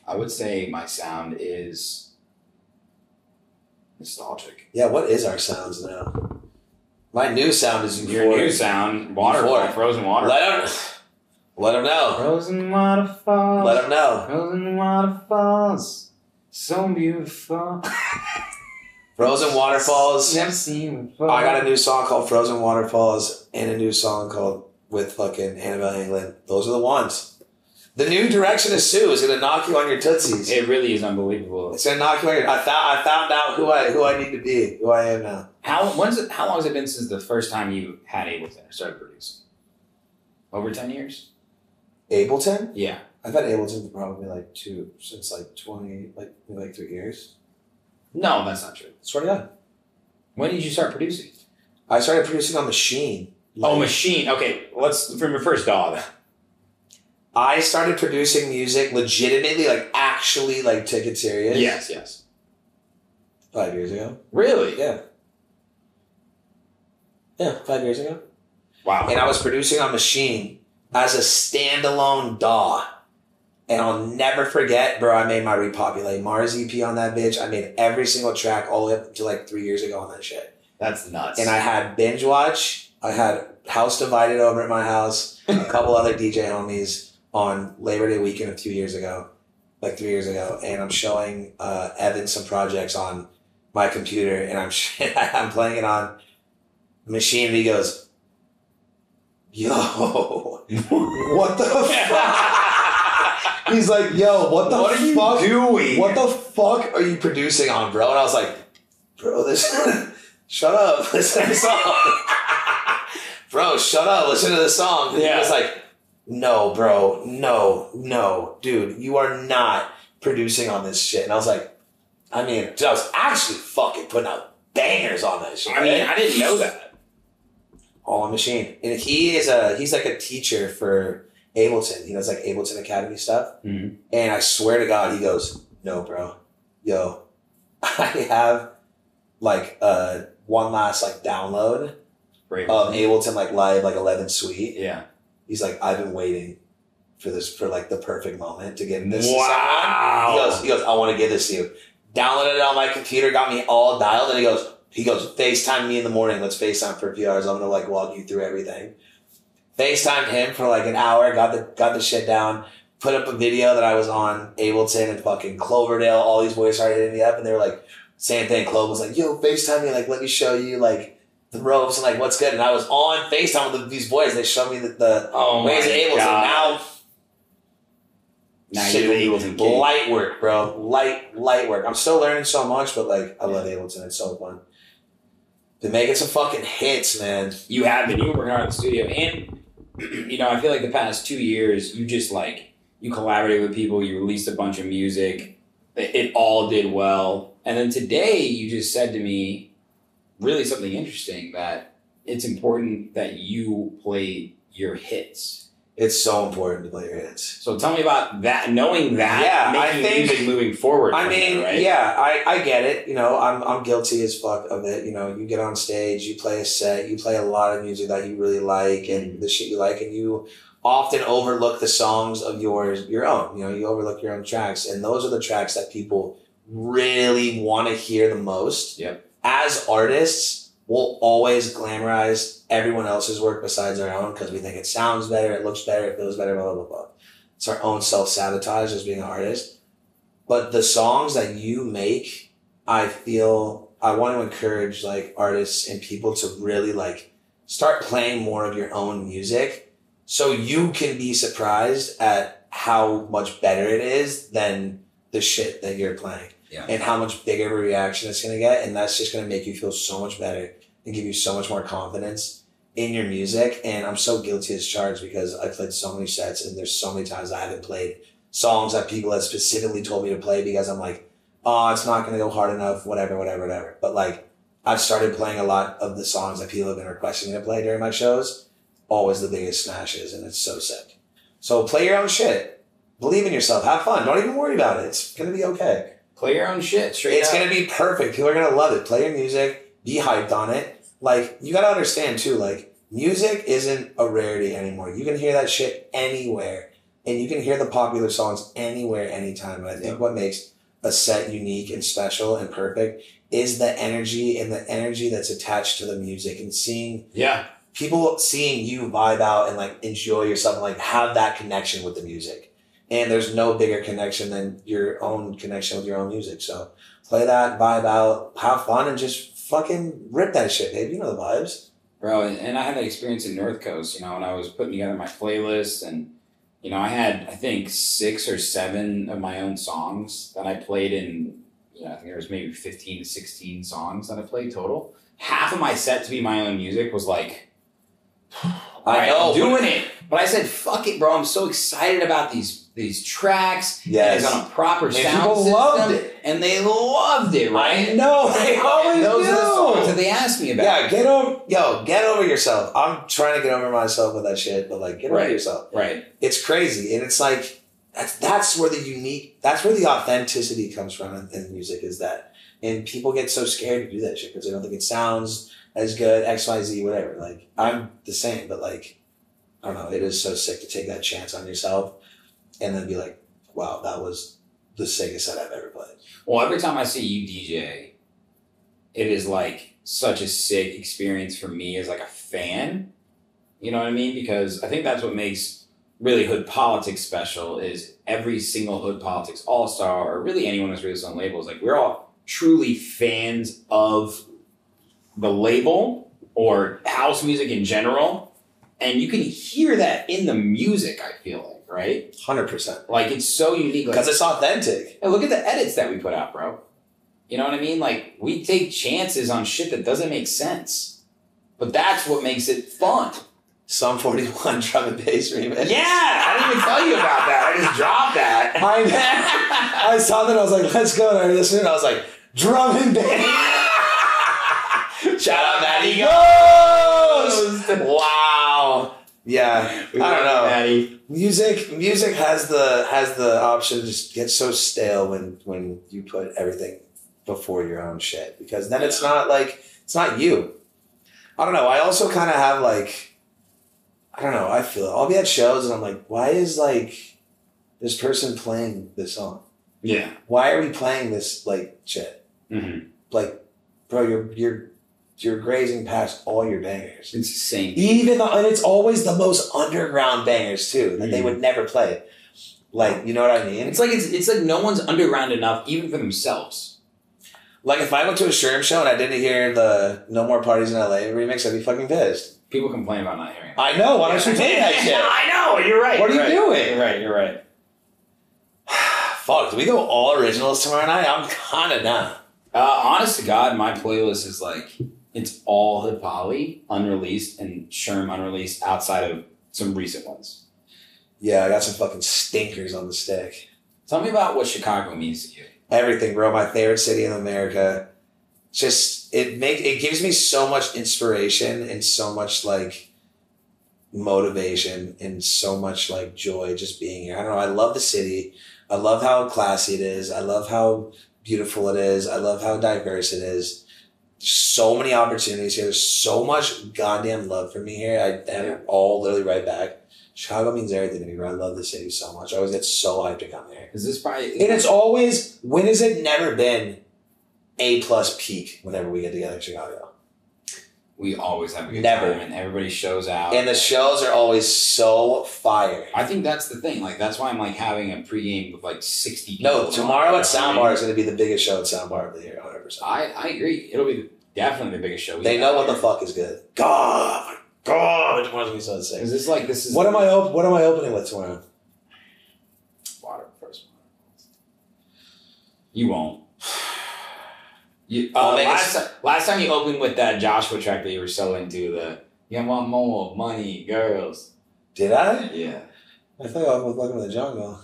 I would say my sound is nostalgic.
Yeah, what is our sounds now? My new sound is
Your
euphoric.
new sound, waterfall,
Euphoric.
frozen water.
Let them, let 'em know.
Frozen waterfalls.
Let them know.
Frozen waterfalls. So beautiful.
Frozen Waterfalls. Oh,
Never seen before.
I got a new song called Frozen Waterfalls and a new song called with fucking Annabelle England. Those are the ones. The new direction of Sue is gonna knock you on your tootsies.
It really is unbelievable.
It's inoculated. I found I found out who I who I need to be, who I am now.
How when's it, how long has it been since the first time you had Ableton or started producing? Over ten years?
Ableton?
Yeah.
I've had Ableton for probably like two since like twenty like maybe like three years.
No, that's not true.
Swear to God.
When did you start producing?
I started producing on Machine.
Oh,
Like,
machine. Okay, let's from your first dog.
I started producing music legitimately, like actually like take it serious.
Yes, yes.
Five years ago.
Really?
Yeah. Yeah, five years ago.
Wow.
and I was producing on Machine as a standalone DAW. And I'll never forget, bro, I made my Repopulate Mars EP on that bitch. I made every single track all the way up to like three years ago on that shit.
That's nuts.
And I had Binge Watch, I had House Divided over at my house, a couple other DJ homies on Labor Day weekend a few years ago, like three years ago. And I'm showing uh, Evan some projects on my computer and I'm, I'm playing it on Machine and he goes, Yo, what the fuck? He's like, yo, what the
What are you
fuck?
doing?
What the fuck are you producing on, bro? And I was like, bro, this. shut up. Listen to the song. bro, shut up. Listen to the song. And
Yeah.
He was like, no, bro, no, no, dude, you are not producing on this shit. And I was like, I mean, dude, I was actually fucking putting out bangers on that shit.
I mean,
right?
I didn't know that.
all on machine. And he is a he's like a teacher for Ableton. He does like Ableton Academy stuff.
Mhm.
And I swear to God, he goes, "No, bro, yo, I have like uh one last like download
Right.
of Ableton like live like eleven suite."
yeah.
He's like, "I've been waiting." For this, for like the perfect moment to give this. to someone."
Wow.
He goes, he goes, I want to give this to you. Downloaded it on my computer, got me all dialed, and he goes, he goes, FaceTime me in the morning. Let's FaceTime for a few hours. I'm gonna like walk you through everything. FaceTimed him for like an hour, got the got the shit down, put up a video that I was on Ableton and fucking Cloverdale, all these boys started hitting me up and they were like, same thing. Clove was like, yo, FaceTime me, like, let me show you like the ropes and like what's good. And I was on "Oh FaceTime with these boys, and they showed me the, the
Oh my
ways of Ableton.
God.
Now
Now
Shit,
you're Eagles and King.
light work, bro. Light, light work. I'm still learning so much, but like I love Ableton. It's so fun. Been making some fucking hits, man.
you have been. You were working hard in the studio, and you know, I feel like the past two years, you just like you collaborated with people. You released a bunch of music. It, it all did well, and then today, you just said to me, really something interesting that it's important that you play your hits.
It's so important to play your hits.
So tell me about that. Knowing that,
Yeah, I
making
think-
music moving forward.
I
from
mean,
there, right?
yeah, I, I get it. You know, I'm I'm guilty as fuck of it. You know, you get on stage, you play a set, you play a lot of music that you really like and
Mm-hmm.
the shit you like, and you often overlook the songs of yours your own. You know, you overlook your own tracks, and those are the tracks that people really want to hear the most.
Yep.
As artists, we'll always glamorize everyone else's work besides our own because we think it sounds better, it looks better, it feels better, blah blah blah. blah. It's our own self sabotage as being an artist but the songs that you make i feel i want to encourage like artists and people to really like start playing more of your own music so you can be surprised at how much better it is than the shit that you're playing
Yeah.
and how much bigger of a reaction it's going to get and that's just going to make you feel so much better and give you so much more confidence in your music and i'm so guilty as charged because i played so many sets and there's so many times i haven't played songs that people had specifically told me to play because I'm like, oh, it's not going to go hard enough, whatever, whatever, whatever. But like, I've started playing a lot of the songs that people have been requesting me to play during my shows. Always the biggest smashes, and it's so sick. So play your own shit. Believe in yourself. Have fun. Don't even worry about it. It's going to be okay.
play your own shit straight.
It's
up.
gonna be perfect. People are gonna love it. Play your music. Be hyped on it. Like you gotta understand too. Like music isn't a rarity anymore. You can hear that shit anywhere, and you can hear the popular songs anywhere, anytime. And I think what makes a set unique and special and perfect is the energy and the energy that's attached to the music and seeing
yeah.
people seeing you vibe out and like enjoy yourself and like have that connection with the music. And there's no bigger connection than your own connection with your own music. So play that, vibe out, have fun, and just fucking rip that shit, babe. You know the vibes.
bro. And, and I had that experience in North Coast, you know, when I was putting together my playlist, and you know, I had I think six or seven of my own songs that I played in. You know, I think there was maybe fifteen to sixteen songs that I played total. Half of my set to be my own music was like,
I
I
know.
am doing it, but I said, fuck it, bro. I'm so excited about these these tracks.
Yes.
it's on a proper
And
sound
people
system,
loved it.
and they loved it, right?
I know. They always
And those
do.
are the songs that they asked me about.
yeah, get over, yo, get over yourself. I'm trying to get over myself with that shit, but like, get over
Right.
yourself.
right.
it's crazy and it's like that's that's where the unique that's where the authenticity comes from in, in music is that and people get so scared to do that shit because they don't think it sounds as good xyz whatever like i'm the same but like i don't know it is so sick to take that chance on yourself and then be like wow that was the sickest set i've ever played
Well, every time I see you DJ, it is like such a sick experience for me as like a fan. You know what I mean? Because I think that's what makes really Hood Politics special is every single Hood Politics All Star or really anyone that's released on labels, like we're all truly fans of the label or house music in general. And you can hear that in the music, I feel like, right?
100%
Like it's so unique. Like,
because it's authentic
and look at the edits that we put out, bro. You know what I mean? Like we take chances on shit that doesn't make sense. But that's what makes it fun.
Psalm 41 drum and bass remix.
Yeah, I didn't even tell you about that. I just dropped that.
I know. I saw that. I was like, "Let's go!" And I listened. And I was like, "Drum and bass." Shout out, Matty goes. Wow. Yeah, I don't know.
Maddie.
Music, music has the has the option to just get so stale when when you put everything before your own shit because then it's not like it's not you. I don't know. I also kind of have like, I don't know. I feel I'll be at shows and I'm like, why is like this person playing this song?
Yeah.
why are we playing this like shit?
Mhm.
Like, bro, you're you're you're grazing past all your bangers.
It's the same.
Even though, and it's always the most underground bangers too that
Mm-hmm.
they would never play. Like, you know what I mean?
It's like it's, it's like no one's underground enough even for themselves.
Like if I went to a Sherm show and I didn't hear the "No More Parties in LA" remix, I'd be fucking pissed.
People complain about not hearing it.
I know. Why don't you play that shit?
I know, you're right.
What are you
You're right.
doing?
You're right, you're right.
Fuck, do we go all originals tomorrow night? I'm kind of down.
Uh, honest to God, my playlist is like it's all Hip Holly unreleased and Sherm unreleased outside of some recent ones.
Yeah, I got some fucking stinkers on the stick.
Tell me about what Chicago means to you.
Everything, bro. My favorite city in America. Just it makes it gives me so much inspiration and so much like motivation and so much like joy just being here. I don't know. I love the city. I love how classy it is. I love how beautiful it is. I love how diverse it is. So many opportunities here. There's so much goddamn love for me here. I am all literally right back. Chicago means everything to me, bro. I love the city so much. I always get so hyped to come here.
Is this probably
And it's always when has it never been A plus peak whenever we get together in Chicago?
we always have a good
Never.
time and everybody shows out.
And the shows are always so fire.
I think that's the thing. Like that's why I'm like having a pregame with like 60
No,
people.
tomorrow at Soundbar is going to be the biggest show at Soundbar of the year, 100%.
I, I agree. It'll be definitely the biggest show. we
They
have
know what the
here.
fuck is good. God, my God, tomorrow's going to be so sick.
Is this like this is
What am I? Op- what am I opening with tomorrow?
water first. You won't. You,
I'll
uh,
make
last,
a-
ti- last time you opened with that Joshua track that you were selling to the you want more money, girls.
Did I?
Yeah,
I thought I was looking at the jungle.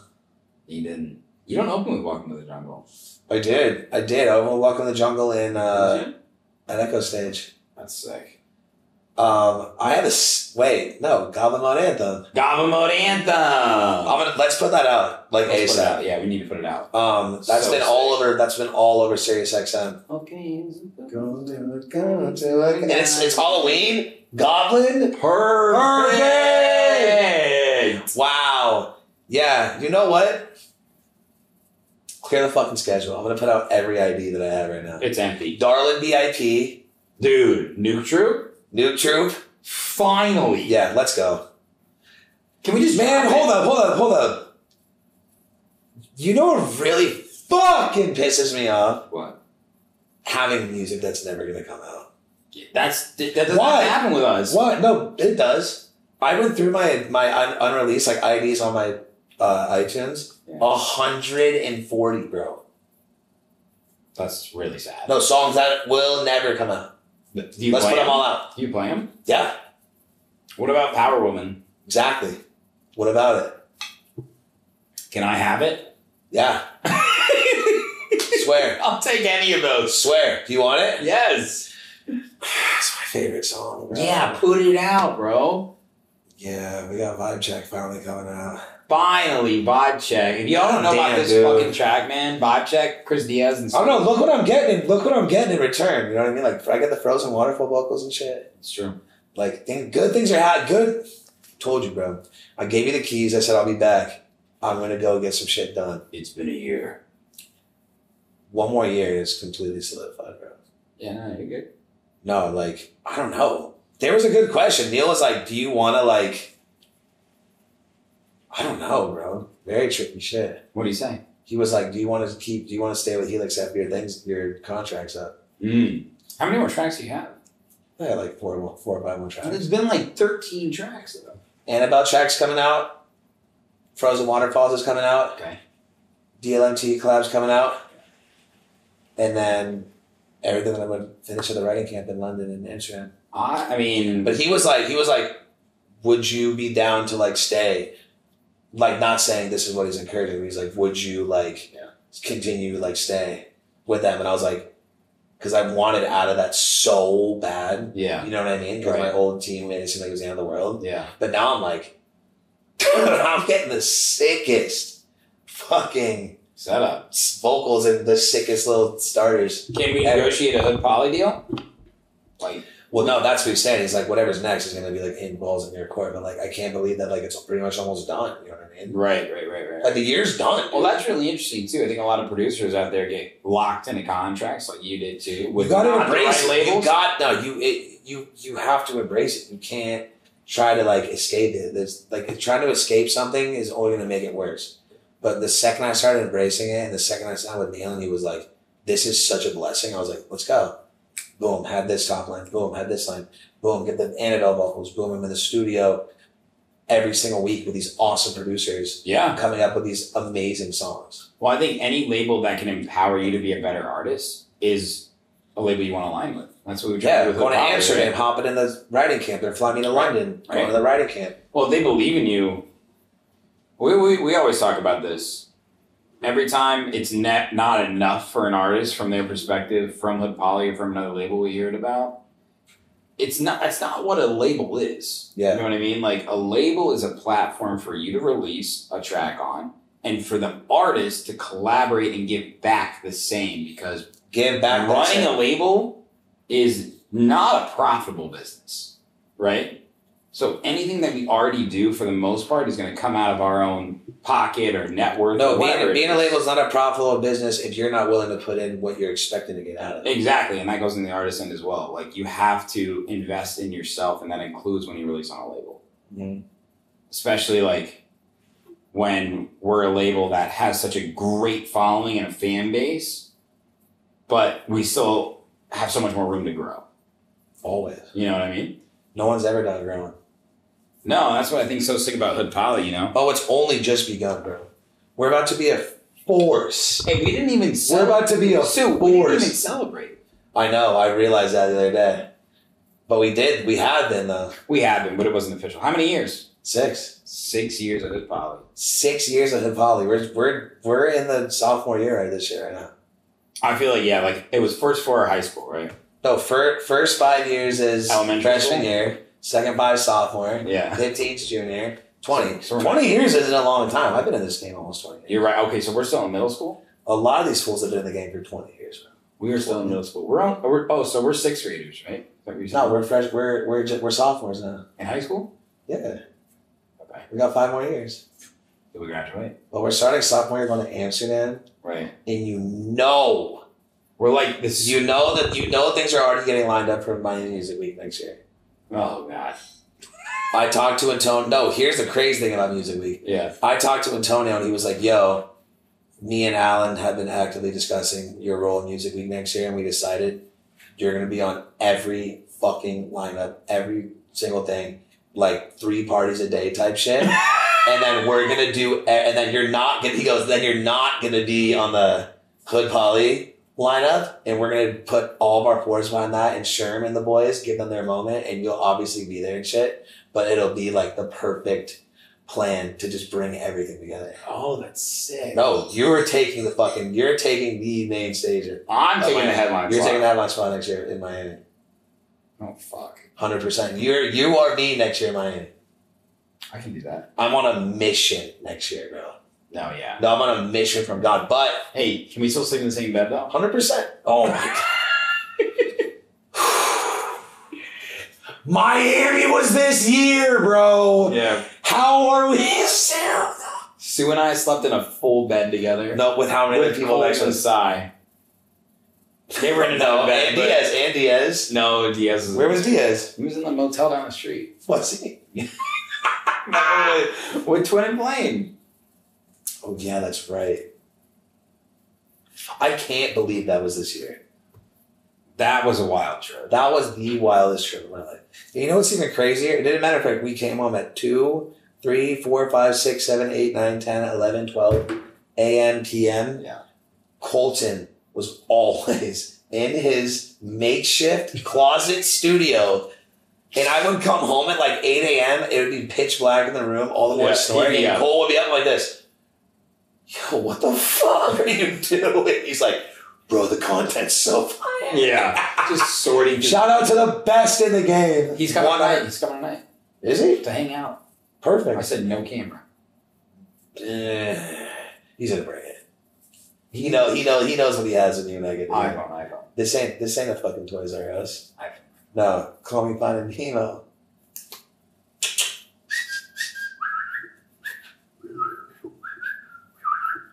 you didn't. You don't open with Welcome to the Jungle.
I did. I did. I opened with Welcome to the Jungle in uh,
Did you?
at Echo Stage.
That's sick.
Um, I had a s- wait. No, Goblin Mode Anthem.
Gava Mode Anthem.
I'm gonna let's put that out like
Let's put it
ASAP.
out. Yeah, we need to put it out.
Um, that's
So
been all
sick.
over. That's been all over Sirius XM.
Okay.
And it's it's Halloween. Goblin.
Perfect.
Wow. Yeah. You know what? Clear the fucking schedule. I'm gonna put out every ID that I have right now.
It's empty,
Darling VIP.
dude. Nuke Troop.
New troop.
Finally.
Yeah. Let's go.
Can we just
Man, hold up, hold up, hold up. You know what really fucking pisses me off?
What?
Having music that's never gonna come out.
That's that doesn't
Why?
happen with us.
What? No, it does. I went through my my un- unreleased like IDs on my uh, iTunes.
Yeah.
A hundred and forty, bro.
That's really sad.
No songs that will never come out.
Do you
Let's
play
put them
him?
all out.
Do you play him?
Yeah,
What about Power Woman?
exactly. What about it?
Can I have it?
Yeah, swear,
I'll take any of those.
swear. Do you want it?
Yes.
That's my favorite song. bro.
Yeah, put it out, bro.
yeah. We got vibe check finally coming out.
Finally, Vibe Check. If y'all don't know about
Damn,
this
dude.
fucking track, man, Vibe Check, Chris Diaz and
I don't know. Oh, Look what I'm getting. Look what I'm getting in return. You know what I mean? Like I get the frozen waterfall vocals and shit.
It's true.
Like thing, good things are hot. Good. Told you, bro. I gave you the keys. I said I'll be back. I'm gonna go get some shit done.
It's been a year.
One more year and it's completely solidified, bro.
Yeah, no, you're good.
No, like I don't know. There was a good question. Neil was like, "Do you want to like?" I don't know, bro. Very tricky shit.
What do you say?
He was like, "Do you want to keep? Do you want to stay with Helix after your things, your contract's up?"
Mm. How many more tracks do you have?
I had like four, more- four or five more tracks.
It's been like 13 tracks though.
Annabelle tracks coming out. Frozen Waterfalls is coming out.
Okay.
DLMT collabs coming out, and then everything that I would finish at the writing camp in London and Amsterdam.
I, I mean,
But he was like, he was like, would you be down to like stay? Like not saying this is what he's encouraging. but He's like, would you like
Yeah.
continue to, like stay with them? And I was like, because I wanted out of that so bad.
yeah,
You know what I mean? Because my
Right.
old team made it seem like it was the end of the world.
yeah.
But now I'm like, I'm getting the sickest fucking
Set up.
vocals and the sickest little starters.
Can we
Ever.
negotiate a hood poly deal? Like,
Well, no, that's what he's saying. He's like, whatever's next is gonna be like in balls in your court. But like, I can't believe that like it's pretty much almost done. You know what I mean?
right, right, right, right.
Like the year's done.
Well, that's really interesting too. I think a lot of producers out there get locked into contracts, like you did too, with
you gotta
not the
embrace
right
it. You
labels.
got no. You it, you you have to embrace it. You can't try to like escape it. There's like trying to escape something is only gonna make it worse. But the second I started embracing it, and the second I signed with Neil, and he was like, "This is such a blessing," I was like, "Let's go." Boom, had this top line. Boom, had this line. Boom, get the Annabelle vocals. Boom, I'm in the studio. every single week with these awesome producers
Yeah.
coming up with these amazing songs.
Well, I think any label that can empower you to be a better artist is a label you want to align with. That's what we try
Yeah,
to do. with
going to
the Poppy,
Amsterdam,
right?
hopping in the writing camp. They're flying me to London,
Right.
going to the writing camp.
Well, if they believe in you. We, we, we always talk about this. Every time it's net not enough for an artist from their perspective, from Hood Poly or from another label we hear it about. It's not that's not what a label is.
Yeah.
You know what I mean? Like a label is a platform for you to release a track on and for the artist to collaborate and give back the same because
Give back that
running
shit.
a label is not a profitable business, right? So anything that we already do for the most part is going to come out of our own pocket or net worth.
No,
or whatever
being,
it
being a
is.
label is not a profitable business if you're not willing to put in what you're expecting to get out of it.
Exactly, and that goes in the artist end as well. Like you have to invest in yourself, and that includes when you release on a label.
Mhm.
Especially like when we're a label that has such a great following and a fan base, but we still have so much more room to grow.
Always.
You know what I mean?
No one's ever done it wrong.
No, that's what I think so sick about Hood Poly, you know?
Oh, it's only just begun, bro. We're about to be a force.
Hey, we didn't even
We're about to be a
we didn't even
force.
celebrate.
I know. I realized that the other day. But we did. We had been though.
We had been, but it wasn't official. How many years?
Six,
Six years of Hood Poly.
six years of hip Hop. We're we're we're in the sophomore year right this year right now.
I feel like, yeah, like it was first four of high school, right?
No, fir- first five years is
Elementary
freshman
school?
year. Second five sophomore.
Yeah.
15 junior. 20.
So we're-
20 years isn't a long time. I've been in this game almost 20 years.
You're right. Okay, so we're still in middle school?
A lot of these fools have been in the game for 20 years. bro.
We were still in middle school. We're on, we're, oh, so we're sixth graders, right? Is that what you said?
No, we're fresh. We're we're ju- we're sophomores now.
In high school?
Yeah,
Okay.
we got five more years.
Did we graduate?
But we're starting sophomore year going to Amsterdam,
Right.
and you know,
We're like this is
you know that you know things are already getting lined up for Miami Music Week next year.
Oh god.
I talked to Antonio. No, here's the crazy thing about Music Week.
Yeah.
I talked to Antonio, and he was like, "Yo, me and Alan have been actively discussing your role in Music Week next year, and we decided you're going to be on every fucking lineup, every single thing, like three parties a day type shit." and then we're gonna do, e, and then you're not gonna. He goes, then you're not gonna be on the Hood Polly lineup, and we're gonna put all of our fours behind that, and Sherm and the boys give them their moment, and you'll obviously be there and shit. But it'll be like the perfect plan to just bring everything together.
Oh, that's sick.
No, you're taking the fucking, you're taking the main stage. You're
I'm taking the headline.
You're
slot.
taking the headline spot next year in Miami.
Oh fuck.
Hundred percent. You're you are me next year in Miami.
I can do that.
I'm on a mission next year, bro.
No, yeah.
No, I'm on a mission from God, but
Hey, can we still sleep in the same bed though?
Hundred percent. Oh my god. Miami was this year, bro.
Yeah.
How are we?
Sue and I slept in a full bed together.
No, with how many
with
people
Cole
next to
and
us?
Sai. They were in another
No,
bed.
and
but-
Diaz. And Diaz.
No, Diaz was.
Where was Diaz?
He was in the motel down the street.
Was he?
with, with Twin and Blaine.
Oh yeah, that's right. I can't believe that was this year.
That was a wild trip.
That was the wildest trip of my life. And you know what's even crazier? It didn't matter if like, we came home at 2, 3, 4, 5, 6, 7, 8, 9, 10, 11, 12 a.m., p.m.
Yeah.
Colton was always in his makeshift closet studio. And I would come home at like 8 a.m. It would be pitch black in the room, all the
Yeah,
boys snoring.
yeah.
And Cole would be up like this. Yo, what the fuck are you doing? He's like, bro, the content's so fire.
Yeah. Just sorting. through-
Shout out to the best in the game.
He's coming
One
tonight. He's coming tonight
Is he?
to hang out. I
Perfect.
said no camera.
Eh, he's gonna bring it. He know he know he knows what he has in you naked.
iPhone, iPhone.
This ain't this ain't a fucking Toys R Us.
iPhone.
No, call me Finding Nemo.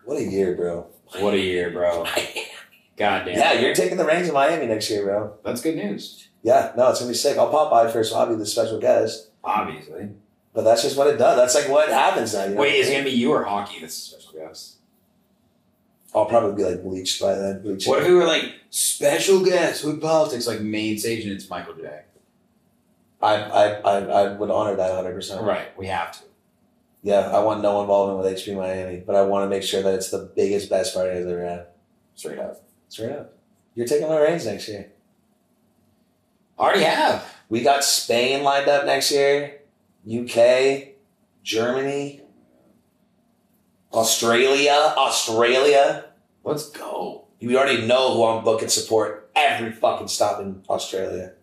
What a year, bro.
What a year, bro. God damn.
Yeah, you're taking the reins in Miami next year, bro.
That's good news.
Yeah, no, it's gonna be sick. I'll pop by first. I'll be the special guest.
Obviously.
But that's just what it does. That's like what happens now. You know what
Wait,
I
is it
mean?
gonna be you or hockey? That's a special guest.
I'll probably be like bleached by then. Bleached.
What if we were like special guest with politics, like main stage, and it's Michael J.
I I, I, I would honor that 100. percent
Right, we have to.
Yeah, I want no involvement with HP Miami, but I want to make sure that it's the biggest, best party I've ever had.
Straight up.
Straight up. You're taking the reins next year.
Already have.
We got Spain lined up next year, UK, Germany, Australia, Australia.
Let's go.
You already know who I'm booking support every fucking stop in Australia.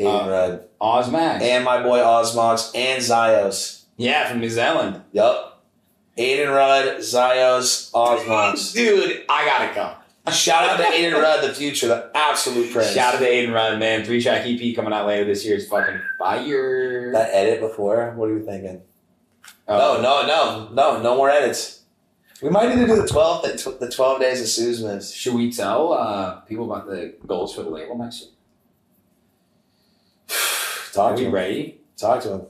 Aiden
Uh,
Rudd.
Oz Max.
And my boy Osmox and Zios.
yeah, from New Zealand.
Yup. Aiden Rudd, Zios, Osmox.
Dude, I gotta come.
Shout out to Aiden Rudd, the future, the absolute prince.
Shout out to Aiden Run, man. Three track EP coming out later this year is fucking fire.
that edit before. What are you thinking?
Oh,
No, no, no, no, no more edits. We might need to do the twelve, the, tw- the twelve days of Suzman's.
Should we tell uh, people about the goals for the label next year? Are
Talk to
we
him.
ready?
Talk to him.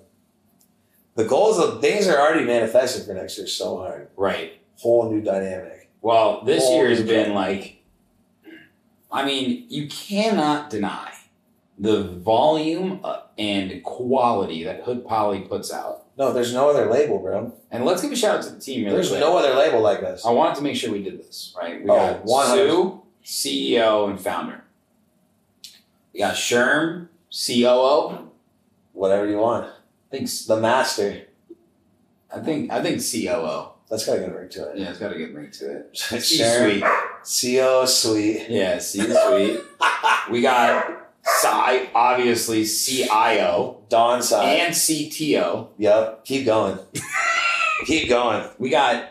The goals, of things are already manifested for next year. So hard,
Right.
whole new dynamic.
Well, this
Holy
year has been
crap.
like, I mean, you cannot deny the volume uh, and quality that Hood Polly puts out.
No, there's no other label, bro.
And let's give a shout out to the team really
There's
quick.
no other label like this.
I wanted to make sure we did this right. We
Oh,
got
100.
Sue, CEO and founder. We got Sherm, COO.
Whatever you want.
I think s-
The master.
I think I think COO.
That's got a good ring to it.
Yeah, it's got a good ring to it.
Sharon, CO sweet.
Yeah, C suite. we got Psy, obviously CIO
Don side.
and CTO.
Yep. Keep going. Keep going.
We got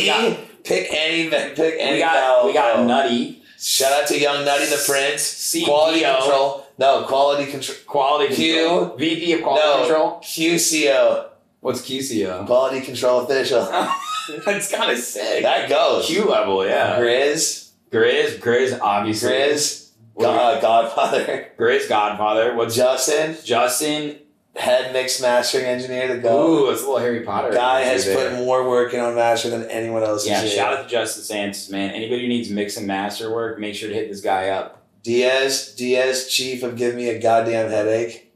We got,
pick any, pick any.
we got,
vowel,
we got
bro.
Nutty,
Shout out to Young Nutty the Prince.
CEO,
Quality control. No, quality control.
quality
Q.
control, VP of quality
No.
control.
QCO.
What's QCO?
Quality control official.
That's kind of sick.
That goes.
Q level, yeah.
Grizz.
Grizz, Grizz, obviously.
Grizz.
What do
God, Godfather.
we- Grizz Godfather. What's
Justin.
Justin?
Head mix mastering engineer. The go.
Ooh, it's a little Harry Potter.
Guy
energy
has
there.
put more work in on master than anyone else.
Yeah,
in
shout out to Justin Santos, man. Anybody who needs mix and master work, make sure to hit this guy up.
Diaz. Diaz, chief of giving me a goddamn headache.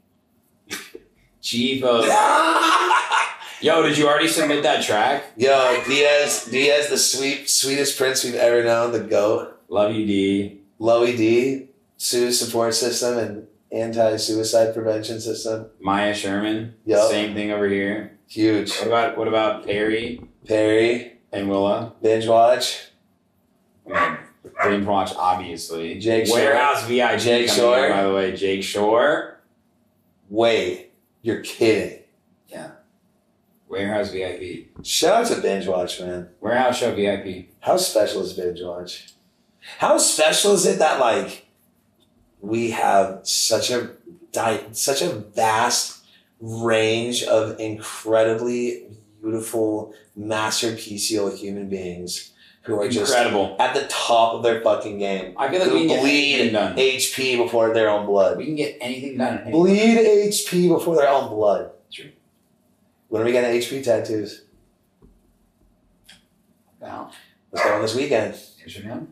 Chief of. Yo, did you already submit that track?
Yo, Diaz. Diaz, the sweet, sweetest prince we've ever known. The goat.
Love you, D.
Lowy D, SUE support system and anti suicide prevention system.
Maya Sherman.
Yup.
Same thing over here.
Huge.
What about what about Perry
Perry,
and Willa?
binge watch.
I mean, Dream Watch, obviously.
Jake Shore.
Warehouse VI. coming
Jake
in,
Shore.
by the way, Jake Shore.
Wait, you're kidding.
Warehouse VIP.
Shout out to binge watch, man.
Warehouse Show VIP.
How special is binge watch? How special is it that like we have such a di- such a vast range of incredibly beautiful masterpieceal human beings who are just
Incredible.
at the top of their fucking game.
I feel like
Who
we can get
bleed
anything done.
HP before their own blood.
We can get anything done.
Bleed HP before their own blood.
True.
When are we getting HP tattoos?
Wow.
Let's go on this weekend.
Here's your name.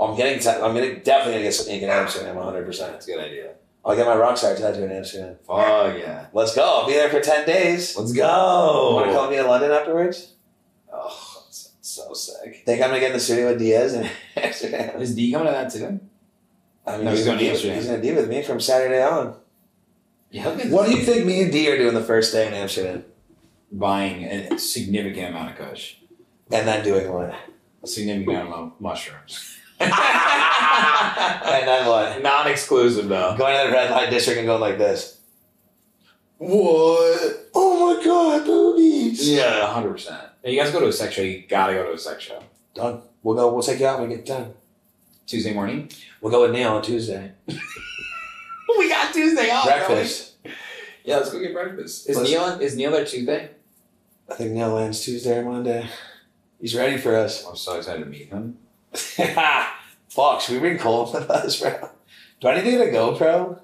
I'm getting. Ta- I'm gonna definitely gonna get some ink in Amsterdam. 100. percent
That's a good idea.
I'll get my Rockstar tattoo in Amsterdam.
Oh yeah.
Let's go. I'll be there for 10 days.
Let's
You
go.
wanna come to me in London afterwards?
Oh, that's so sick.
Think I'm gonna get in the studio with Diaz in Amsterdam?
Is D coming to that too?
I mean,
No, he's going to
be-
Amsterdam.
He's gonna be with me from Saturday on.
Yeah.
What do you think me and D are doing the first day in Amsterdam,
Buying a significant amount of kush,
and then doing what?
a significant amount of mushrooms.
and then what?
Non-exclusive though.
going to the red light district and going like this.
What?
Oh my god, boobies.
Yeah, hundred percent. And you guys go to a sex show. You gotta go to a sex show.
Done. We'll go. We'll take you out when we get done.
Tuesday morning.
We'll go with Neil on Tuesday.
Oh, We got Tuesday off.
Breakfast.
Yeah, let's go get breakfast. Is
Let's-
Neil is Neil there Tuesday?
I think Neil lands Tuesday or Monday. He's ready for us.
I'm so excited to meet him.
Fuck, should we bring Cole with us, bro? Do I need to get a GoPro?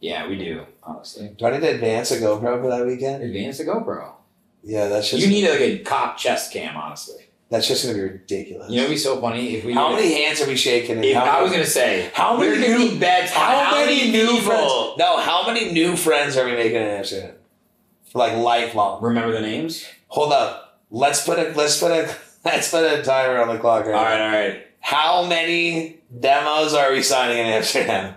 Yeah, we do. Honestly,
Do I need to advance a GoPro for that weekend?
advance the GoPro.
Yeah, that should.
You need like a cop chest cam, honestly.
That's just gonna be ridiculous.
You know, it'd be so funny if we.
how many hands are we shaking? and
If,
how
I was gonna say,
How
we're
many
gonna
new-
need bets. on
How, many, new friends?
people?
No, how many new friends are we making in Amsterdam? Like lifelong.
Remember the names?
Hold up. Let's put a let's put a let's put a timer on the clock right,
All
now.
right, all right.
How many demos are we signing in Amsterdam?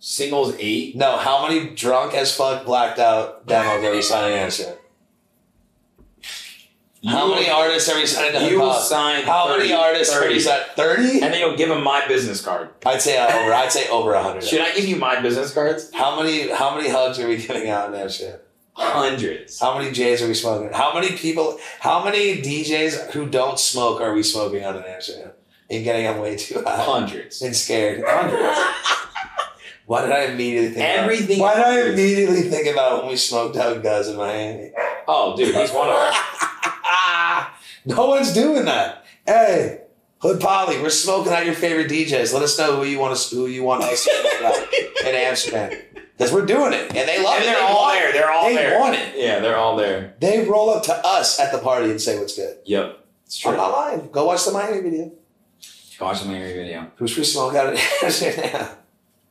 Singles eight.
No, how many drunk as fuck blacked out demos are we signing in Amsterdam? How
You
many
will-
artists are we signing to the
You will
pub?
sign.
How
30,
many artists are we
30?
signing? Thirty?
And then you'll give them my business card.
I'd say uh, over. I'd say over hundred.
Should I give you my business cards?
How many how many hugs are we giving out in Amsterdam?
Hundreds.
How many J's are we smoking? How many people? How many DJs who don't smoke are we smoking out in Amsterdam and getting them way too high
Hundreds.
and scared? Hundreds. Why did I immediately think
Everything-
About, why did I immediately think about when we smoked out guys in Miami?
Oh, dude, he's one of them.
Ah, no one's doing that. Hey, Hood Polly, we're smoking out your favorite DJs. Let us know who you want us who you want us to smoke out in Amsterdam because we're doing it and they love
And
it.
they're
They
all
want
there.
it.
They're all
They
there.
want it.
Yeah, they're all there.
They roll up to us at the party and say what's good.
Yep. It's
I'm not lying. Go watch the Miami video.
Watch the Larry video.
Who's free smoke out of Amsterdam?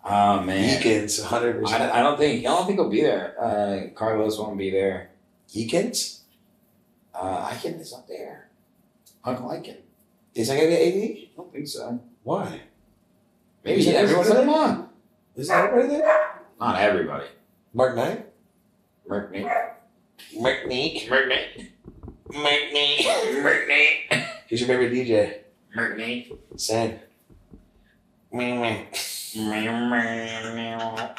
Oh man.
Eakins, 100%.
I, don't- I don't think I don't think he'll be there. Uh, Carlos won't be there.
Eakins?
Uh, Iken is not there. Uncle Iken.
Is that going to be AD?
I don't think so.
Why?
Maybe
Is it
everyone's
everybody?
on.
Is that everybody there?
Not everybody.
Mark Knight?
Merc Nate.
Mark Knight.
Merc Nate.
Mark Knight.
Merc Nate.
Who's your favorite DJ?
Merc Nate.
Sam. Meh, meh.
Meow, meow, meow.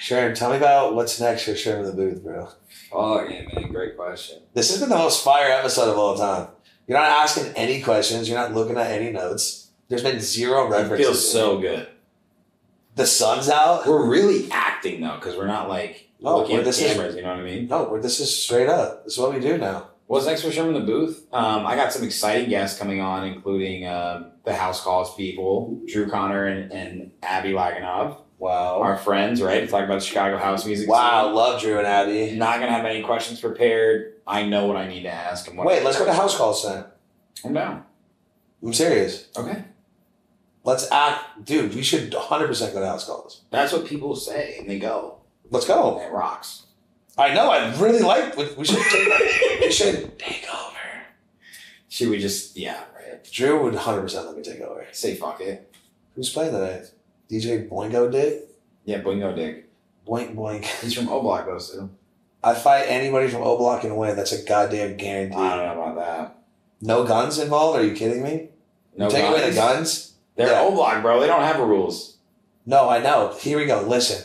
Sharon, tell me about what's next for Sharon in the Booth, bro.
Oh yeah, man. Great question.
This has been the most fire episode of all time. You're not asking any questions. You're not looking at any notes. There's been zero
It
references.
feels so good.
The sun's out.
We're really acting though, because we're not like
No,
looking at
this
the
is-
cameras. You know what I mean?
No, we're- this is straight up. This is what we do now.
What's next for Sherman the Booth? Um, I got some exciting guests coming on, including um the House Calls people, Drew Connor and, and Abby Laganov,
Wow.
our friends, right? Talking about the Chicago house music.
Wow, love Drew and
scene.
Abby.
Not gonna have any questions prepared. I know what I need to ask. And what
Wait, let's go to house calls then.
I'm down.
I'm serious.
Okay.
Let's act, dude. We should 100 percent go to house calls.
That's what people say, and they go.
Let's go.
And it rocks.
I know. I really like. We, we should. Take, we should take over.
Should we just yeah, right?
Drew would 100 percent let me take over.
Say fuck it.
Who's playing tonight? DJ Boingo Dick.
Yeah, Bingo Dick.
Boink boink.
He's from O Block though, so
I fight anybody from O Block and win. That's a goddamn
I
guarantee.
don't know about that.
no guns involved? Are you kidding me?
No
take away the
guns?
guns?
They're
Yeah.
O Block, bro. They don't have rules.
No, I know. Here we go. Listen.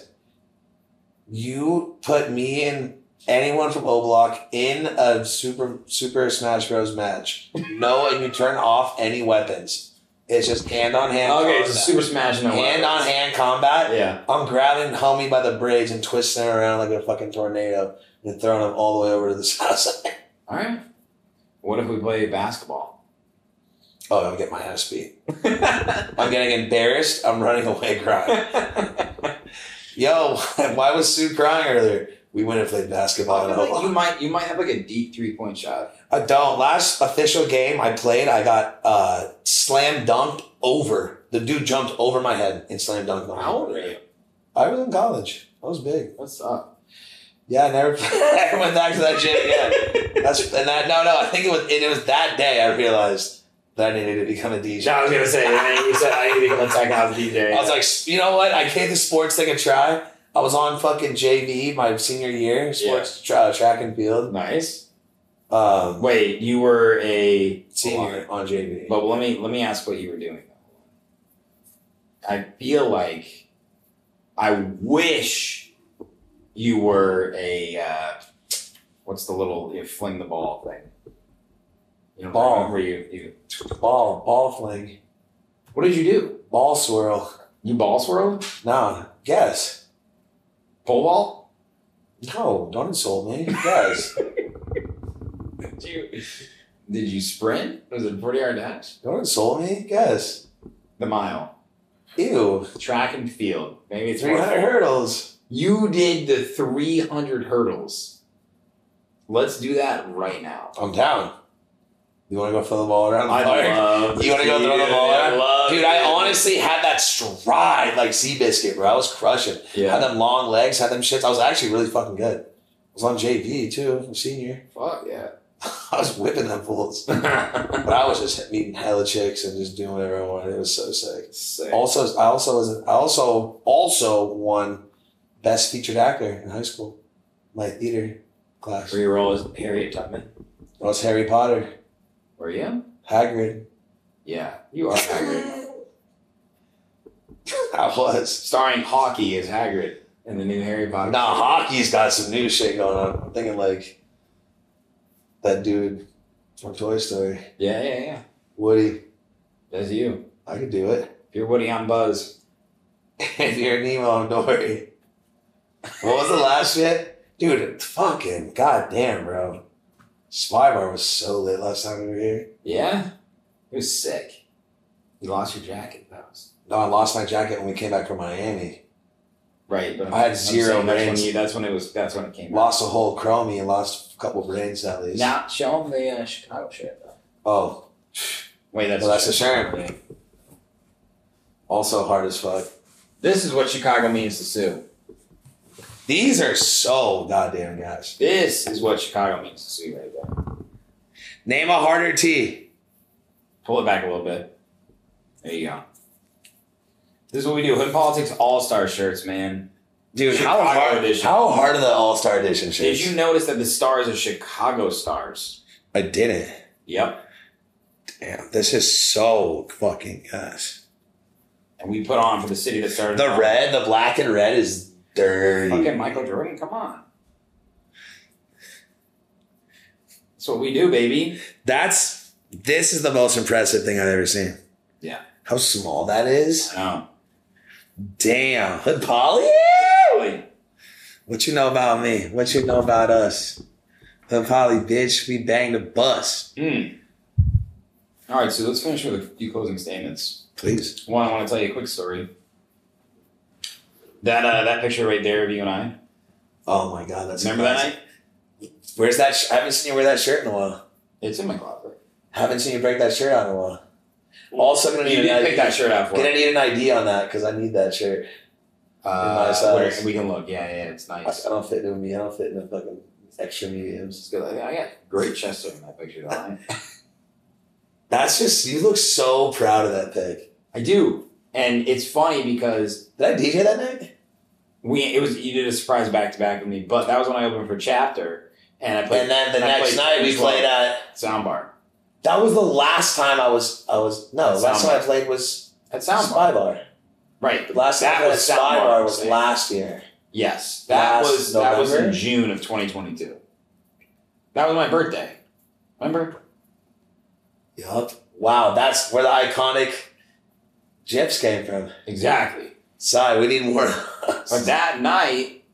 You put me and anyone from O Block in a Super Super Smash Bros. match. No, and you turn off any weapons. It's just hand on hand.
Okay,
combat.
it's a Super Smash. No
hand on
weapons.
hand combat.
Yeah.
I'm grabbing homie by the braids and twisting him around like a fucking tornado and throwing him all the way over to the south side.
All right. What if we play basketball?
Oh, I'll get my ass beat. I'm getting embarrassed. I'm running away crying. Yo, why was Sue crying earlier? We went and played basketball.
I
at
feel
O
like
Block.
you might you might have like a deep three point shot.
I don't. Last official game I played, I got uh, slam dunked over. The dude jumped over my head and slam dunked my head. I was in college. I was big.
What's up?
Yeah, I never, I never went back to that shit again. That's and that. No, no. I think it was. It was that day I realized that I needed to become a DJ.
I was gonna say. you said I need to become a tech house DJ.
I was like, you know what? I gave the sports thing a try. I was on fucking JV my senior year, sports tra- uh, track and field.
nice.
Um,
Wait, you were a
senior on JV.
But let me let me ask what you were doing. I feel like I wish you were a uh, what's the little you fling the ball thing. You know,
Ball.
where you, you
Ball, ball fling,
what did you do?
ball swirl.
You ball swirl?
Nah, guess.
Pole ball?
No, don't insult me. Guess.
Did you did you sprint? Was it a forty yard dash?
don't insult me. Guess.
The mile,
Ew.
track and field. Maybe it's more.
300 hurdles.
You did the three hundred hurdles. Let's do that right now.
I'm down. You want to go throw the ball around? the
I uh,
park?
love
You want to go throw the ball
Yeah, I
around?
love
Dude, I
it.
honestly had that stride like Seabiscuit, bro. I was crushing.
Yeah.
Had them long legs, had them shits. I was actually really fucking good. I was on JV too, senior.
Fuck yeah.
I was whipping them fools. but I was just meeting hella chicks and just doing whatever I wanted. It was so sick.
Sick.
Also, I also was I also also won best featured actor in high school, my theater class. I
Reroll is Harriet Tubman.
was Harry Potter,
Were you?
Hagrid.
Yeah, you are Hagrid.
I was.
Starring Hockey as Hagrid in the new Harry Potter.
Nah,
movie.
hockey's got some new shit going on. I'm thinking like that dude from Toy Story,
Yeah, yeah, yeah.
Woody.
That's you.
I could do it.
If you're Woody, I'm Buzz.
if you're Nemo, I'm Dory. What was the last shit? Dude, fucking goddamn, bro. Spy Bar was so lit last time we were here.
Yeah? It was sick. You lost your jacket, that was.
No, I lost my jacket when we came back from Miami.
Right, but
I had
I'm
zero
saying That's when,
brains.
you, that's when it was. That's when it came. out.
Lost a whole chromie and lost a couple brains at least.
Now show them the uh, Chicago shirt though.
Oh,
Wait, that's
well, that's a shame. Also hard as fuck.
This is what Chicago means to Sue.
These are so goddamn guys.
This is what Chicago means to Sue right there.
Name a harder T.
Pull it back a little bit. There you go. This is what we do. Hood Politics All Star shirts, man.
Dude,
Chicago
how hard
edition.
How hard are the All Star Edition
Did
shirts?
you notice that the stars are Chicago stars?
I didn't.
Yep.
Damn, this is so fucking gosh.
And we put on for the city that started it
The
all.
red, the black and red is dirty.
Fucking Michael Jordan, come on. That's what we do, baby.
That's this is the most impressive thing I've ever seen.
Yeah.
How small that is.
I know.
Damn. Hood Polly?
Really?
What you know about me? What you know about us? Hood Polly, bitch, we banged a bus.
Mm. All right, so let's finish with a few closing statements.
Please.
One, I want to tell you a quick story. That uh, that picture right there of you and I.
Oh my god, that's
Remember that
amazing.
night?
Where's that? Sh- I haven't seen you wear that shirt in a while.
It's in my closet.
Haven't seen you break that shirt out in a while. Also, gonna need
You
an
did
ID.
pick that shirt out for.
Gonna
it.
need an ID on that because I need that shirt.
Uh,
nice eyes.
where- we can look. Yeah, yeah, it's
I,
nice.
I don't fit into me. I don't fit into fucking extra mediums.
It's good. I I got great chest in that picture. Don't I?
That's just you look so proud of that pic.
I do, and it's funny because
Did I DJ that night?
we it was you did a surprise back to back with me, but that was when I opened for Chapter and I played.
and then the
I
next
played
night we
Free
played
Flow
at.
Soundbar.
That was the last time I was. I was no.
Sound
last time I
Bar.
played was
At Soundbar,
Spy Bar.
right?
The last
that
time I played
was
Spy
Soundbar,
Bar was
see?
last year.
Yes, that
Last
was that was in
November?
June of 2022. That was my birthday. Remember?
Yup. Wow, that's where the iconic gifs came from.
Exactly.
Sorry, we need more.
But that night,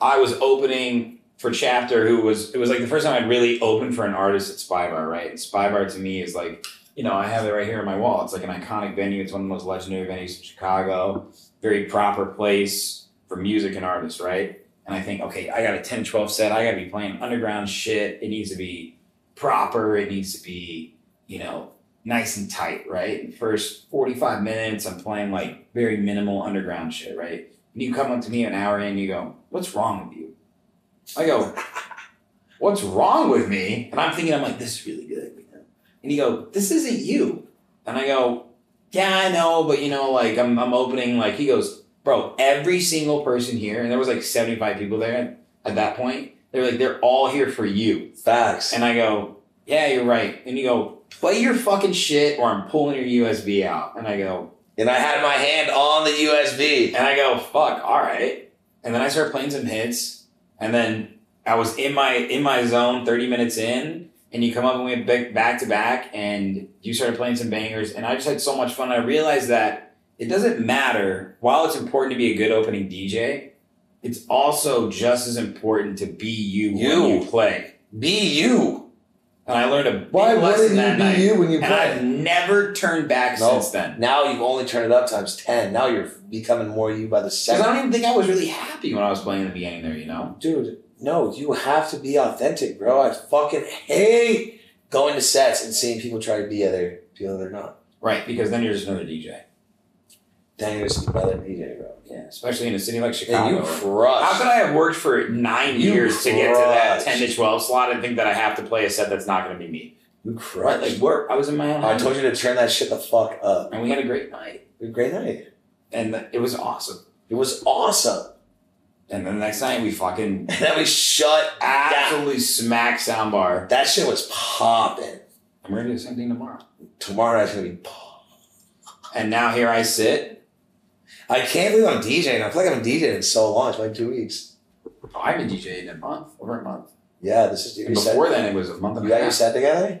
I was opening for Chapter, who was it was like the first time I'd really opened for an artist at Spybar, right? And Spybar to me is like, you know, I have it right here on my wall. It's like an iconic venue. It's one of the most legendary venues in Chicago. Very proper place for music and artists, right? And I think, okay, I got a 10, 12 set. I got to be playing underground shit. It needs to be proper. It needs to be, you know, nice and tight, right? And first 45 minutes, I'm playing like very minimal underground shit, right? And you come up to me an hour in, you go, What's wrong with you? I go, What's wrong with me? And I'm thinking, I'm like, This is really good. you know? And you go, This isn't you. And I go, Yeah, I know, but you know, like I'm, I'm opening, like, he goes, Bro, every single person here, and there was like 75 people there at that point, they're like, They're all here for you.
Facts.
And I go, Yeah, you're right. And you go, Play your fucking shit, or I'm pulling your USB out. And I go,
And I had my hand on the USB.
And I go, fuck, all right. And then I start playing some hits. And then I was in my in my zone 30 minutes in. And you come up and we went back- back to back and you started playing some bangers. And I just had so much fun. I realized that it doesn't matter. While it's important to be a good opening DJ, it's also just as important to be you, when
You.
you play.
Be you.
And I learned a big lesson that night.
when you
and I've never turned back
No.
since then.
Now you've only turned it up times ten. Now you're becoming more you by the
Because I
second.
don't even think I was really happy when I was playing in the beginning there, you know?
Dude, No, you have to be authentic, bro. I fucking hate going to sets and seeing people try to be other people they're not.
Right, because then you're just another DJ.
Then you're just another DJ, bro.
Yeah, especially in a city like
And
Chicago.
you crushed.
How could I have worked for nine
You
years to get to that
crushed.
10 to 12 slot and think that I have to play a set that's not going to be me?
you
Right,
crushed.
like work. I was in my own.
I told you to turn that shit the fuck up.
and we had a great night,
It was a great night.
and it was awesome.
It was awesome.
And then the next night we fucking
And then we shut down.
absolutely smack soundbar.
That shit was popping.
I'm gonna do the same thing tomorrow.
Tomorrow night's gonna be pop.
And now here I sit.
I can't believe I'm DJing. I feel like I've been DJing in so long. It's been like two weeks.
Oh, I've been DJing in a month, over a month.
Yeah, this is your
And before then, it was a month
set.
and
You
a
got your
half.
set together?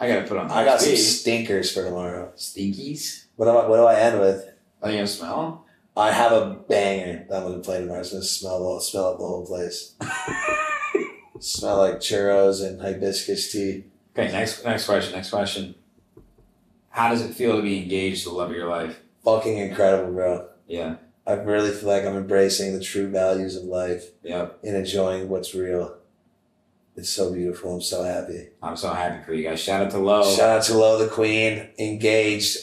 I gotta put on.
I got some
USB.
stinkers for tomorrow.
stinkies.
What do I, what do I end with?
Are you gonna smell 'em?
I have a banger that I'm gonna play tomorrow. It's gonna smell the whole- smell up the whole place. smell like churros and hibiscus tea.
Okay, next next question. Next question. How does it feel to be engaged to the love of your life?
Fucking incredible, bro.
Yeah.
I really feel like I'm embracing the true values of life
Yep.
and enjoying what's real. It's so beautiful. I'm so happy.
I'm so happy for you guys. Shout out to Lo.
Shout out to Lo the Queen. Engaged.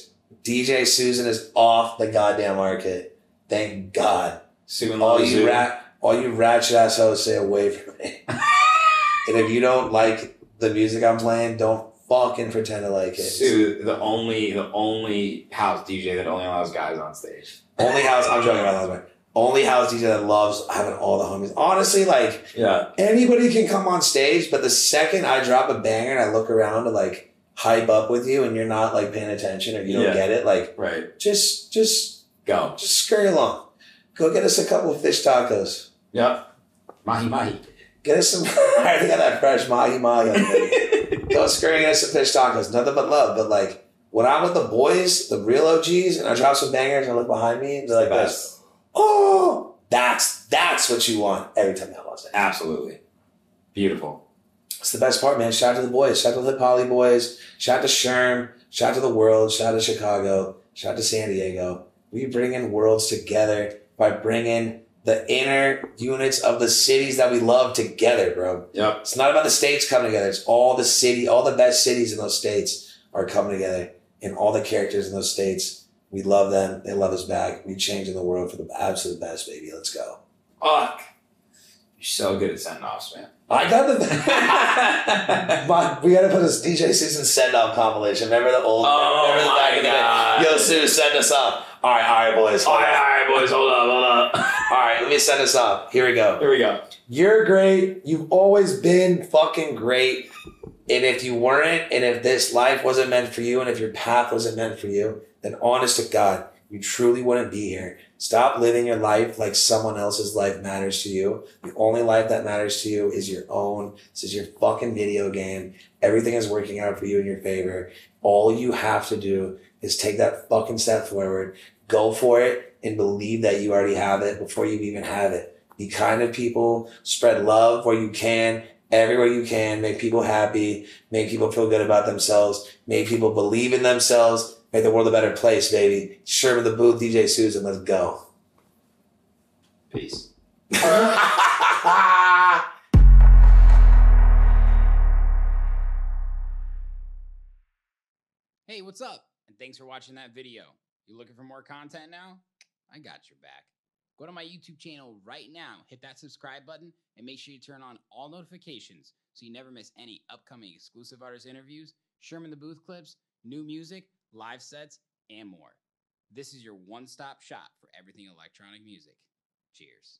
DJ Susan is off the goddamn market. Thank God.
Sue and
All
Lo.
you
Zoo.
rat, all you ratchet assholes, stay away from me. and if you don't like the music I'm playing, don't fucking pretend to like it.
Sue, the only the only house DJ that only allows guys on stage.
Only house. I'm joking about that. but Only house DJ that loves having all the homies. Honestly, like
Yeah.
anybody can come on stage, but the second I drop a banger and I look around to like hype up with you, and you're not like paying attention or you don't
Yeah.
get it, like
Right.
just just
Go.
Just scurry along. Go get us a couple of fish tacos.
Yep. Mahi mahi.
Get us some. I already got that fresh mahi mahi. on there. Go scurry and get us some fish tacos. Nothing but love. But like when I'm with the boys, the real OGs, and I drop some bangers and I look behind me, they're like this. Oh, that's that's what you want every time that was it.
Absolutely. Beautiful.
It's the best part, man. Shout out to the boys. Shout out to the Poly boys. Shout out to Sherm. Shout out to the world. Shout out to Chicago. Shout out to San Diego. We bring in worlds together by bringing the inner units of the cities that we love together, bro.
Yep.
It's not about the states coming together. It's all the city, all the best cities in those states are coming together and all the characters in those states. We love them. They love us back. We changing the world for the absolute best, baby. Let's go.
Fuck. You're so good at sending offs, man.
I got the. My- we gotta put this DJ Susan send off compilation. Remember the old.
Oh
remember the back
my
of the day?
God.
Yo, Sue, send us up. All right, all right, boys. All right,
Oh, right, boys, hold up, hold up.
all right. Let me send us up. Here we go.
Here we go.
You're great. You've always been fucking great. And if you weren't, and if this life wasn't meant for you, and if your path wasn't meant for you, then honest to God, you truly wouldn't be here. Stop living your life like someone else's life matters to you. The only life that matters to you is your own. This is your fucking video game. Everything is working out for you in your favor. All you have to do is take that fucking step forward, go for it, and believe that you already have it before you even have it be kind to people, spread love where you can, everywhere you can, make people happy, make people feel good about themselves, make people believe in themselves, make the world a better place, baby. Sherman the Booth, DJ Susan, let's go.
Peace.
Hey, what's up? And thanks for watching that video. You looking for more content now? I got your back. Go to my YouTube channel right now, hit that subscribe button, and make sure you turn on all notifications so you never miss any upcoming exclusive artist interviews, Sherman the Booth clips, new music, live sets, and more. This is your one stop shop for everything electronic music. Cheers.